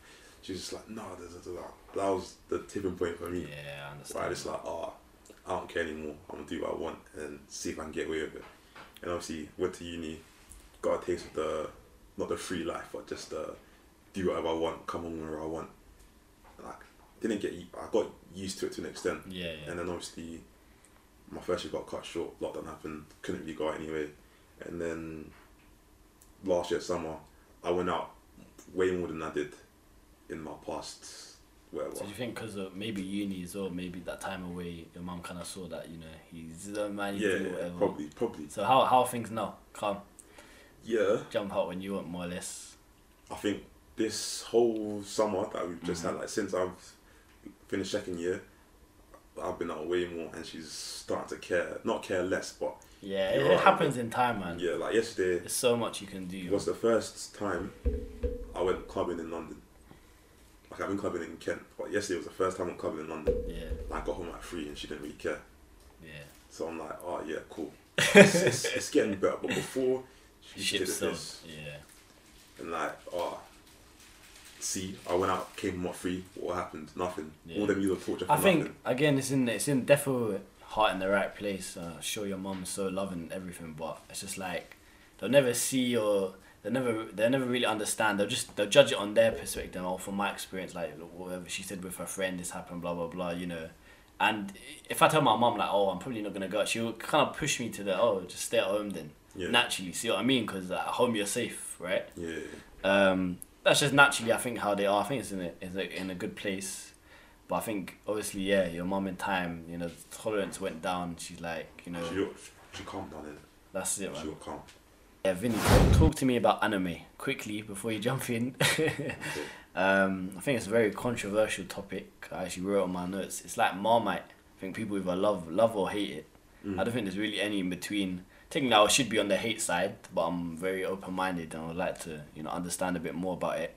[SPEAKER 2] She was just like, no, da, da, da, da. that was the tipping point for me.
[SPEAKER 1] yeah, I
[SPEAKER 2] Where I
[SPEAKER 1] understand.
[SPEAKER 2] just like, oh, I don't care anymore. I'm gonna do what I want and see if I can get away with it. And obviously went to uni, got a taste of the not the free life, but just the do whatever I want, come on where I want. And like didn't get u- I got used to it to an extent.
[SPEAKER 1] Yeah, yeah.
[SPEAKER 2] And then obviously, my first year got cut short. Lockdown happened. Couldn't really go out anyway. And then last year summer, I went out way more than I did in my past. Where
[SPEAKER 1] So do you think because of maybe uni as well, maybe that time away, your mum kind of saw that you know he's the man.
[SPEAKER 2] yeah,
[SPEAKER 1] Yeah, do whatever.
[SPEAKER 2] probably, probably.
[SPEAKER 1] So how how are things now? Come
[SPEAKER 2] Yeah,
[SPEAKER 1] jump out when you want more or less.
[SPEAKER 2] I think this whole summer that we've just had, like since I've finished second year, I've been out way more, and she's starting to care, not care less, but
[SPEAKER 1] Yeah, it,
[SPEAKER 2] You're
[SPEAKER 1] it
[SPEAKER 2] right.
[SPEAKER 1] happens in time, man.
[SPEAKER 2] yeah, like yesterday.
[SPEAKER 1] There's so much you can do.
[SPEAKER 2] It was the first time I went clubbing in London. Like I've been clubbing in Kent, but yesterday was the first time I'm clubbing in London.
[SPEAKER 1] Yeah,
[SPEAKER 2] And I got home at three, and she didn't really care.
[SPEAKER 1] yeah.
[SPEAKER 2] So I'm like, oh yeah, cool. It's, it's, it's getting better, but before she just
[SPEAKER 1] Ship
[SPEAKER 2] did
[SPEAKER 1] still.
[SPEAKER 2] this
[SPEAKER 1] Yeah,
[SPEAKER 2] and like, oh, see, I went out, came home at three. What happened? Nothing.
[SPEAKER 1] Yeah.
[SPEAKER 2] All them years of torture for
[SPEAKER 1] I think
[SPEAKER 2] nothing.
[SPEAKER 1] again it's in it's in definitely heart in the right place. Uh, sure, your mum's so loving and everything, but it's just like they'll never see or they will never they will never really understand. They'll just they'll judge it on their perspective or from my experience, like look, whatever she said with her friend, this happened, blah blah blah, you know. And if I tell my mum like, oh, I'm probably not gonna go, out," she'll kind of push me to the oh, just stay at home then.
[SPEAKER 2] Yeah.
[SPEAKER 1] Naturally, see what I mean? Because at home you're safe, right?
[SPEAKER 2] Yeah.
[SPEAKER 1] Um, that's just naturally, I think, how they are. I think it's in a, it's a, in a good place. But I think, obviously, yeah, your mum in time, you know, tolerance went down. She's like, you know,
[SPEAKER 2] She got, she calmed down in
[SPEAKER 1] that's it,
[SPEAKER 2] it. She
[SPEAKER 1] man.
[SPEAKER 2] got calm.
[SPEAKER 1] Yeah, Vinny, talk- talk to me about anime quickly before you jump in. um, I think it's a very controversial topic. I actually wrote on my notes. It's like Marmite. I think people either love love or hate it.
[SPEAKER 2] Mm.
[SPEAKER 1] I don't think there's really any in between. Technically, I should be on the hate side, but I'm very open minded and I would like to you know understand a bit more about it.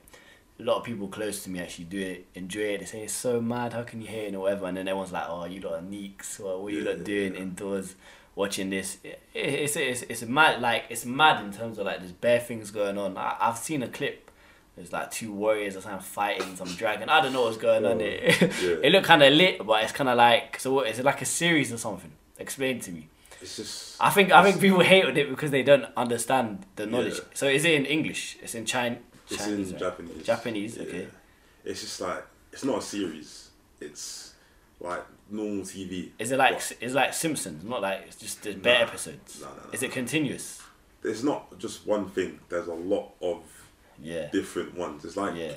[SPEAKER 1] A lot of people close to me actually do it, enjoy it. They say it's so mad. How can you hate it and whatever? And then everyone's like, "Oh, you lot are neeks. What, what you
[SPEAKER 2] Yeah,
[SPEAKER 1] lot
[SPEAKER 2] yeah,
[SPEAKER 1] doing indoors, watching this?" It, it, it's it's it's mad. Like it's mad in terms of like there's bare things going on. I, I've seen a clip. There's like two warriors or something fighting some dragon. I don't know what's going on.
[SPEAKER 2] Oh,
[SPEAKER 1] It
[SPEAKER 2] yeah.
[SPEAKER 1] it looked kind of lit, but it's kind of like so. What, is it like a series or something? Explain to me.
[SPEAKER 2] It's just.
[SPEAKER 1] I think I
[SPEAKER 2] it's-
[SPEAKER 1] think people hate on it because they don't understand the knowledge.
[SPEAKER 2] Yeah.
[SPEAKER 1] So is it in English? It's in Chin-
[SPEAKER 2] It's
[SPEAKER 1] Chinese.
[SPEAKER 2] in
[SPEAKER 1] right?
[SPEAKER 2] Japanese.
[SPEAKER 1] Japanese,
[SPEAKER 2] Yeah.
[SPEAKER 1] okay.
[SPEAKER 2] It's just like it's not a series. It's like normal TV.
[SPEAKER 1] Is it like
[SPEAKER 2] But
[SPEAKER 1] is it like Simpsons? Not like it's just there's bare
[SPEAKER 2] Nah.
[SPEAKER 1] episodes.
[SPEAKER 2] Nah, nah, nah,
[SPEAKER 1] is it
[SPEAKER 2] nah.
[SPEAKER 1] continuous?
[SPEAKER 2] It's not just one thing. There's a lot of
[SPEAKER 1] Yeah.
[SPEAKER 2] different ones. It's like
[SPEAKER 1] Yeah.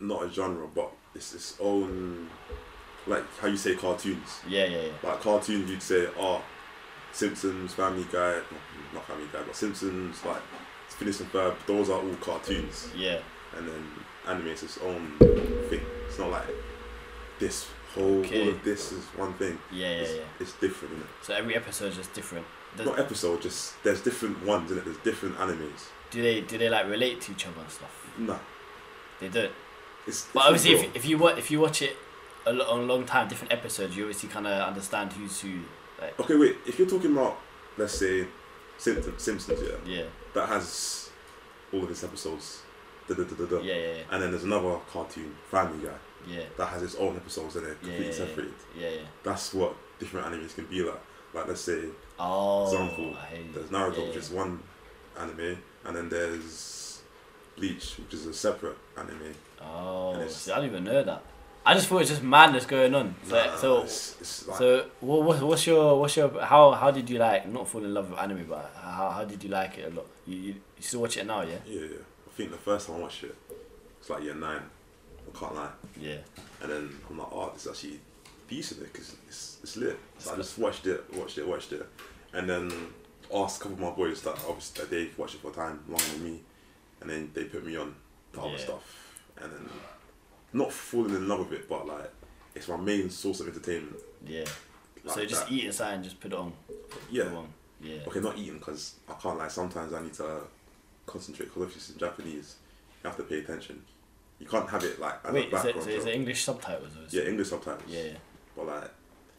[SPEAKER 2] not a genre, but it's its own. Like how you say cartoons.
[SPEAKER 1] Yeah, yeah, yeah.
[SPEAKER 2] Like cartoons, you'd say, oh, Simpsons, Family Guy, not- not Family Guy, but Simpsons, like Phineas and Ferb. Those are all cartoons.
[SPEAKER 1] Yeah.
[SPEAKER 2] and then anime is its own thing. It's not like this whole
[SPEAKER 1] Okay.
[SPEAKER 2] all of this is one thing.
[SPEAKER 1] Yeah, yeah,
[SPEAKER 2] it's,
[SPEAKER 1] yeah.
[SPEAKER 2] it's different, innit?
[SPEAKER 1] So every episode's just different. Does,
[SPEAKER 2] Not episode, just there's different ones in it. There's different animes.
[SPEAKER 1] do they do they like relate to each other and stuff?
[SPEAKER 2] Nah,
[SPEAKER 1] They don't.
[SPEAKER 2] it's.
[SPEAKER 1] But
[SPEAKER 2] it's
[SPEAKER 1] obviously,
[SPEAKER 2] real.
[SPEAKER 1] if, if you watch if you watch it a, lo- a long time, different episodes, you obviously kind of understand who's who. Like
[SPEAKER 2] okay, wait. If you're talking about, let's say, Simpsons, Simpsons, yeah,
[SPEAKER 1] yeah,
[SPEAKER 2] that has all of its episodes. Da, da, da, da, da.
[SPEAKER 1] yeah, yeah, yeah,
[SPEAKER 2] And then there's another cartoon, Family Guy,
[SPEAKER 1] yeah,
[SPEAKER 2] that has its own episodes in it,
[SPEAKER 1] yeah,
[SPEAKER 2] completely
[SPEAKER 1] yeah,
[SPEAKER 2] separated.
[SPEAKER 1] yeah, yeah.
[SPEAKER 2] That's what different animes can be like. Like let's say,
[SPEAKER 1] Oh,
[SPEAKER 2] example,
[SPEAKER 1] I hate you.
[SPEAKER 2] there's Naruto,
[SPEAKER 1] Yeah,
[SPEAKER 2] which
[SPEAKER 1] Mm. yeah.
[SPEAKER 2] is one anime, and then there's Bleach, which is a separate anime.
[SPEAKER 1] Oh,
[SPEAKER 2] and it's-
[SPEAKER 1] see, I didn't even know that. I just thought it was just madness going on. So,
[SPEAKER 2] Nah,
[SPEAKER 1] so,
[SPEAKER 2] it's, it's like,
[SPEAKER 1] so what, what, what's your, what's your, how, how did you like not fall in love with anime, but how, how did you like it a lot? You, you, you still watch it now, yeah?
[SPEAKER 2] yeah, yeah. I think the first time I watched it, it's like year nine. I can't lie.
[SPEAKER 1] Yeah.
[SPEAKER 2] And then I'm like, oh, this is actually decent because it's, it's lit. So I just watched it, watched it, watched it. And then asked a couple of my boys that obviously that they watched it for a time longer than me. And then they put me on the other
[SPEAKER 1] Yeah.
[SPEAKER 2] stuff. And then not falling in love with it, but like it's my main source of entertainment.
[SPEAKER 1] Yeah.
[SPEAKER 2] Like
[SPEAKER 1] so just
[SPEAKER 2] that.
[SPEAKER 1] eat it aside and just put it on.
[SPEAKER 2] Yeah.
[SPEAKER 1] Put it on. Yeah.
[SPEAKER 2] Okay, not eating because I can't like sometimes I need to concentrate because if it's in Japanese, you have to pay attention. You can't have it like as a
[SPEAKER 1] Wait, is it,
[SPEAKER 2] background.
[SPEAKER 1] so is
[SPEAKER 2] job.
[SPEAKER 1] it English subtitles? Or is
[SPEAKER 2] yeah,
[SPEAKER 1] It?
[SPEAKER 2] English subtitles.
[SPEAKER 1] Yeah.
[SPEAKER 2] But like,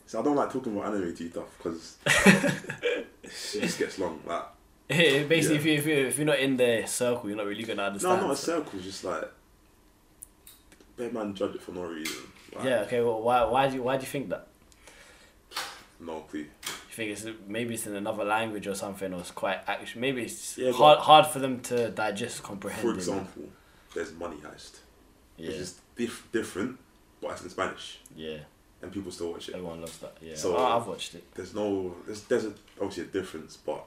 [SPEAKER 2] so I don't like talking about anime to you stuff because it just gets long. Like,
[SPEAKER 1] It basically,
[SPEAKER 2] Yeah.
[SPEAKER 1] if, you, if, you, if you're not in the circle, you're not really going to
[SPEAKER 2] no,
[SPEAKER 1] understand.
[SPEAKER 2] not a
[SPEAKER 1] so-
[SPEAKER 2] circle. Just like, bear man judge it for no reason. Like,
[SPEAKER 1] Yeah, okay, well, why, why, do you, why do you think that?
[SPEAKER 2] No clue.
[SPEAKER 1] You think it's maybe it's in another language or something, or it's quite actually maybe it's
[SPEAKER 2] Yeah, but-
[SPEAKER 1] hard hard for them to digest, comprehend.
[SPEAKER 2] For
[SPEAKER 1] in-
[SPEAKER 2] example, there's money heist,
[SPEAKER 1] yeah,
[SPEAKER 2] which is diff- different, but it's in Spanish,
[SPEAKER 1] yeah,
[SPEAKER 2] and people still watch it.
[SPEAKER 1] everyone loves that. Yeah,
[SPEAKER 2] So-
[SPEAKER 1] I, I've watched it.
[SPEAKER 2] There's no, there's, there's a, obviously a difference, but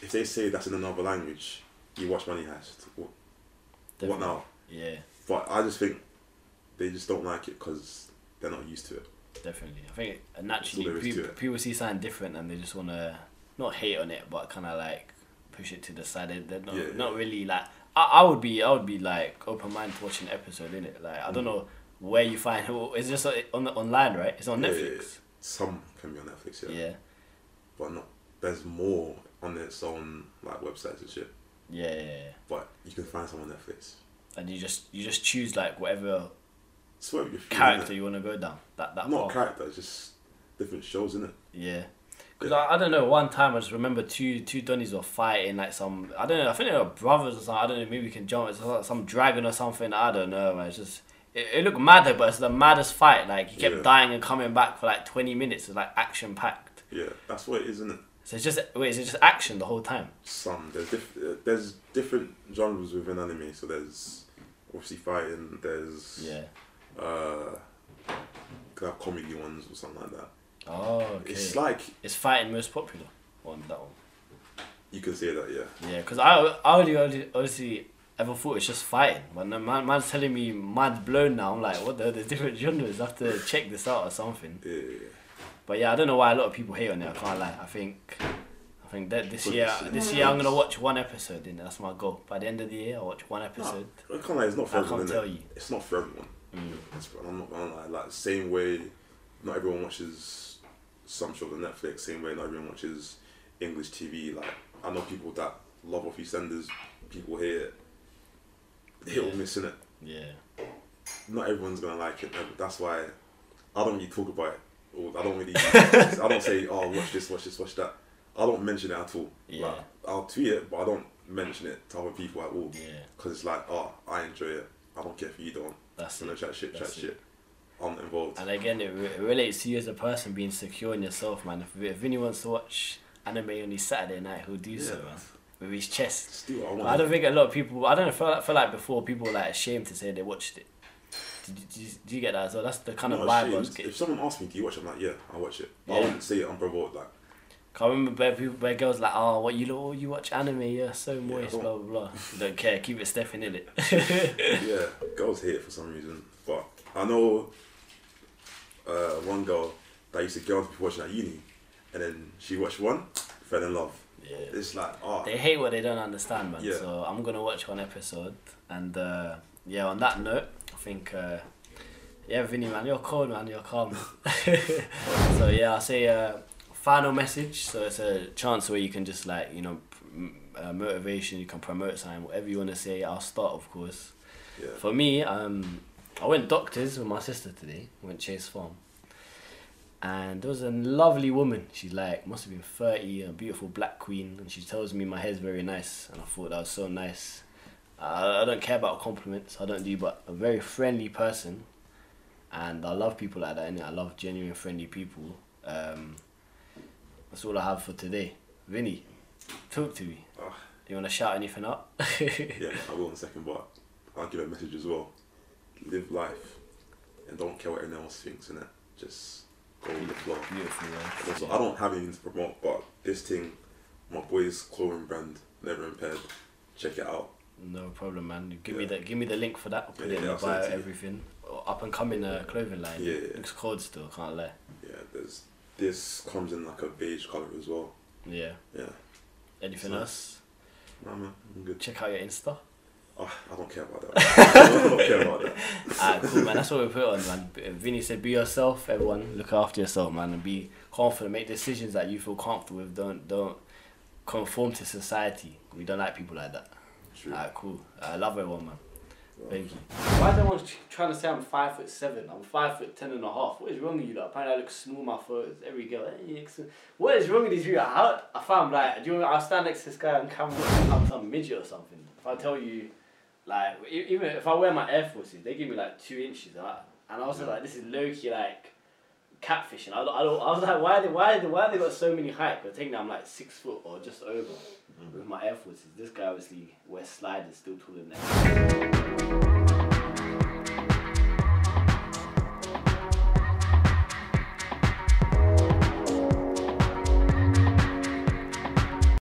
[SPEAKER 2] if they say that's in another language, you watch money heist. What, what
[SPEAKER 1] definitely.
[SPEAKER 2] now?
[SPEAKER 1] Yeah,
[SPEAKER 2] But I just think they just don't like it because they're not used to it.
[SPEAKER 1] definitely. I think uh,
[SPEAKER 2] all
[SPEAKER 1] naturally
[SPEAKER 2] there is to
[SPEAKER 1] people,
[SPEAKER 2] it.
[SPEAKER 1] people see something different and they just wanna not hate on it, but kind of like push it to the side. They- They're not
[SPEAKER 2] Yeah, yeah.
[SPEAKER 1] not really like I, I would be I would be like open mind to watching an episode in it. Like I
[SPEAKER 2] Mm.
[SPEAKER 1] don't know where you find it's just uh, on the online right? It's on
[SPEAKER 2] Yeah, yeah, yeah.
[SPEAKER 1] Netflix.
[SPEAKER 2] Some can be on Netflix, yeah.
[SPEAKER 1] yeah.
[SPEAKER 2] But not there's more on its own like websites and shit.
[SPEAKER 1] yeah, yeah, yeah.
[SPEAKER 2] But you can find some on Netflix.
[SPEAKER 1] and you just you just choose like whatever
[SPEAKER 2] It's what you're feeling,
[SPEAKER 1] character
[SPEAKER 2] innit?
[SPEAKER 1] you want to go down. That that
[SPEAKER 2] Not
[SPEAKER 1] path.
[SPEAKER 2] character, it's just different shows, innit?
[SPEAKER 1] yeah. Because I, I don't know, one time I just remember two two Donnies were fighting like some, I don't know, I think they were brothers or something, I don't know, maybe we can jump, it's like some dragon or something, I don't know, man. It's just, it, it looked madder, but it's the maddest fight. Like, he kept
[SPEAKER 2] Yeah.
[SPEAKER 1] dying and coming back for like 20 minutes, it's like action packed.
[SPEAKER 2] Yeah, that's what it is, innit?
[SPEAKER 1] So it's just, wait, is it just action the whole time?
[SPEAKER 2] Some there's diff- uh, there's different genres within anime. So there's obviously fighting. There's
[SPEAKER 1] Yeah.
[SPEAKER 2] uh, could have comedy ones or something like that.
[SPEAKER 1] Oh, okay.
[SPEAKER 2] It's like
[SPEAKER 1] Is fighting most popular on that one?
[SPEAKER 2] you can say that, yeah.
[SPEAKER 1] Yeah, because I, I only, only honestly ever thought it's just fighting. But no, man, man's telling me mind's blown now. I'm like, what the? There's different genres. I have to check this out or something.
[SPEAKER 2] Yeah, yeah, yeah.
[SPEAKER 1] But yeah, I don't know why a lot of people hate on it. I can't lie. I think, I think that this
[SPEAKER 2] But
[SPEAKER 1] year,
[SPEAKER 2] it's-
[SPEAKER 1] this year I'm gonna watch one episode. In that's my goal. By the end of the year, I will watch one episode.
[SPEAKER 2] I can't lie, it's not for
[SPEAKER 1] I
[SPEAKER 2] everyone.
[SPEAKER 1] can't
[SPEAKER 2] innit?
[SPEAKER 1] tell you. Mm.
[SPEAKER 2] It's not for everyone. It's- I'm not gonna lie. Like the same way, not everyone watches some shows on Netflix. Same way, not everyone watches English TV. Like I know people that love off EastEnders. People hate it. Hit or
[SPEAKER 1] Yeah.
[SPEAKER 2] miss it.
[SPEAKER 1] Yeah,
[SPEAKER 2] Not everyone's gonna like it. ever. That's why I don't really talk about it. Or I don't really. I don't say, oh, watch this, watch this, watch that. I don't mention it at all. Like,
[SPEAKER 1] Yeah.
[SPEAKER 2] I'll tweet it, but I don't mention it to other people at all.
[SPEAKER 1] yeah,
[SPEAKER 2] Because it's like, oh, I enjoy it. I don't care if you don't.
[SPEAKER 1] that's
[SPEAKER 2] I'm gonna
[SPEAKER 1] it.
[SPEAKER 2] chat shit, chat
[SPEAKER 1] That's it.
[SPEAKER 2] shit. I'm not involved.
[SPEAKER 1] And again, it, re- it relates to you as a person being secure in yourself, man. If, if anyone wants to watch anime on his Saturday night, he'll do so,
[SPEAKER 2] Yeah.
[SPEAKER 1] man. With his chest.
[SPEAKER 2] Just do what I
[SPEAKER 1] I
[SPEAKER 2] want.
[SPEAKER 1] don't think a lot of people. I don't know. Feel like, feel like before people were like ashamed to say they watched it. Did, you- did, you- did you get that? So that's the kind
[SPEAKER 2] I'm
[SPEAKER 1] of
[SPEAKER 2] not
[SPEAKER 1] vibe I was
[SPEAKER 2] ashamed.
[SPEAKER 1] getting.
[SPEAKER 2] If someone asked me, do you watch it? I'm like, yeah, I watch it. But I
[SPEAKER 1] Yeah.
[SPEAKER 2] wouldn't say it unprovoked. Like,
[SPEAKER 1] I remember where people, where girls like, oh, what you lo- oh, you watch anime? Yeah, so moist,
[SPEAKER 2] don't-
[SPEAKER 1] blah blah blah. You don't care. Keep it stepping in it.
[SPEAKER 2] yeah, girls hate it for some reason. But I know uh, one girl that used to get on to people watching at uni, and then she watched one, fell in love.
[SPEAKER 1] yeah.
[SPEAKER 2] It's like, oh,
[SPEAKER 1] They hate what they don't understand, man.
[SPEAKER 2] Yeah.
[SPEAKER 1] So I'm gonna watch one episode, and uh, yeah. On that note, I think. Uh, yeah, Vinny, man, you're cool, man, you're calm. so, yeah, I'll say uh, final message. So, it's a chance where you can just, like, you know, pr- m- uh, motivation, you can promote something, whatever you want to say. I'll start, of course.
[SPEAKER 2] yeah.
[SPEAKER 1] For me, um, I went doctors with my sister today. Went Chase Farm, and there was a lovely woman. She's like must have been thirty, a beautiful black queen, and she tells me my hair's very nice, and I thought that was so nice. I, I don't care about compliments. I don't do, but a very friendly person, and I love people like that. And I love genuine friendly people. Uh, Um, that's all I have for today. Vinny, talk to me.
[SPEAKER 2] Ah.
[SPEAKER 1] Do you want to shout anything up?
[SPEAKER 2] Yeah, I will in a second, but I'll give a message as well. Live life and don't care what anyone else thinks, innit? Just go with the flow.
[SPEAKER 1] Beautiful, man.
[SPEAKER 2] Also, I don't have anything to promote, but this thing, my boy's clothing brand, Never Impaired, check it out.
[SPEAKER 1] No problem, man. Give me the
[SPEAKER 2] Yeah.
[SPEAKER 1] give me the link for that. I'll put
[SPEAKER 2] Yeah,
[SPEAKER 1] it in
[SPEAKER 2] yeah,
[SPEAKER 1] the
[SPEAKER 2] I'll send
[SPEAKER 1] bio,
[SPEAKER 2] it to you.
[SPEAKER 1] everything. Oh, Up and coming uh, clothing line.
[SPEAKER 2] Yeah, yeah.
[SPEAKER 1] Looks cold still. Can't lie.
[SPEAKER 2] Yeah, there's this comes in like a beige colour as well.
[SPEAKER 1] Yeah.
[SPEAKER 2] Yeah.
[SPEAKER 1] Anything
[SPEAKER 2] Nice.
[SPEAKER 1] else?
[SPEAKER 2] Nah man, I'm good.
[SPEAKER 1] Check out your Insta.
[SPEAKER 2] Oh, I don't care about that. I don't care about that.
[SPEAKER 1] Alright, Ah, cool, man. That's what we put on, man. B- uh, Vinny said, "Be yourself, everyone. Look after yourself, man, and be confident. Make decisions that you feel comfortable with. Don't don't conform to society. We don't like people like that."
[SPEAKER 2] True.
[SPEAKER 1] Alright, cool. I love everyone, man. Thank you.
[SPEAKER 4] Why is everyone tr- trying to say I'm five foot seven? I'm five foot ten and a half. What is wrong with you? Like, apparently I look small in my photos. Every girl, "Hey, you look small." what is wrong with these people? How, I found like, do you know, I'll stand next to this guy on camera and I'm some midget or something. If I tell you, like, e- even if I wear my Air Forces, they give me like two inches. And I, and I was like, this is low key like catfishing. I, I, I was like, why they, why they, why they got so many height? But taking I'm like six foot or just over with my Air Forces. This guy obviously wears sliders, still taller than that.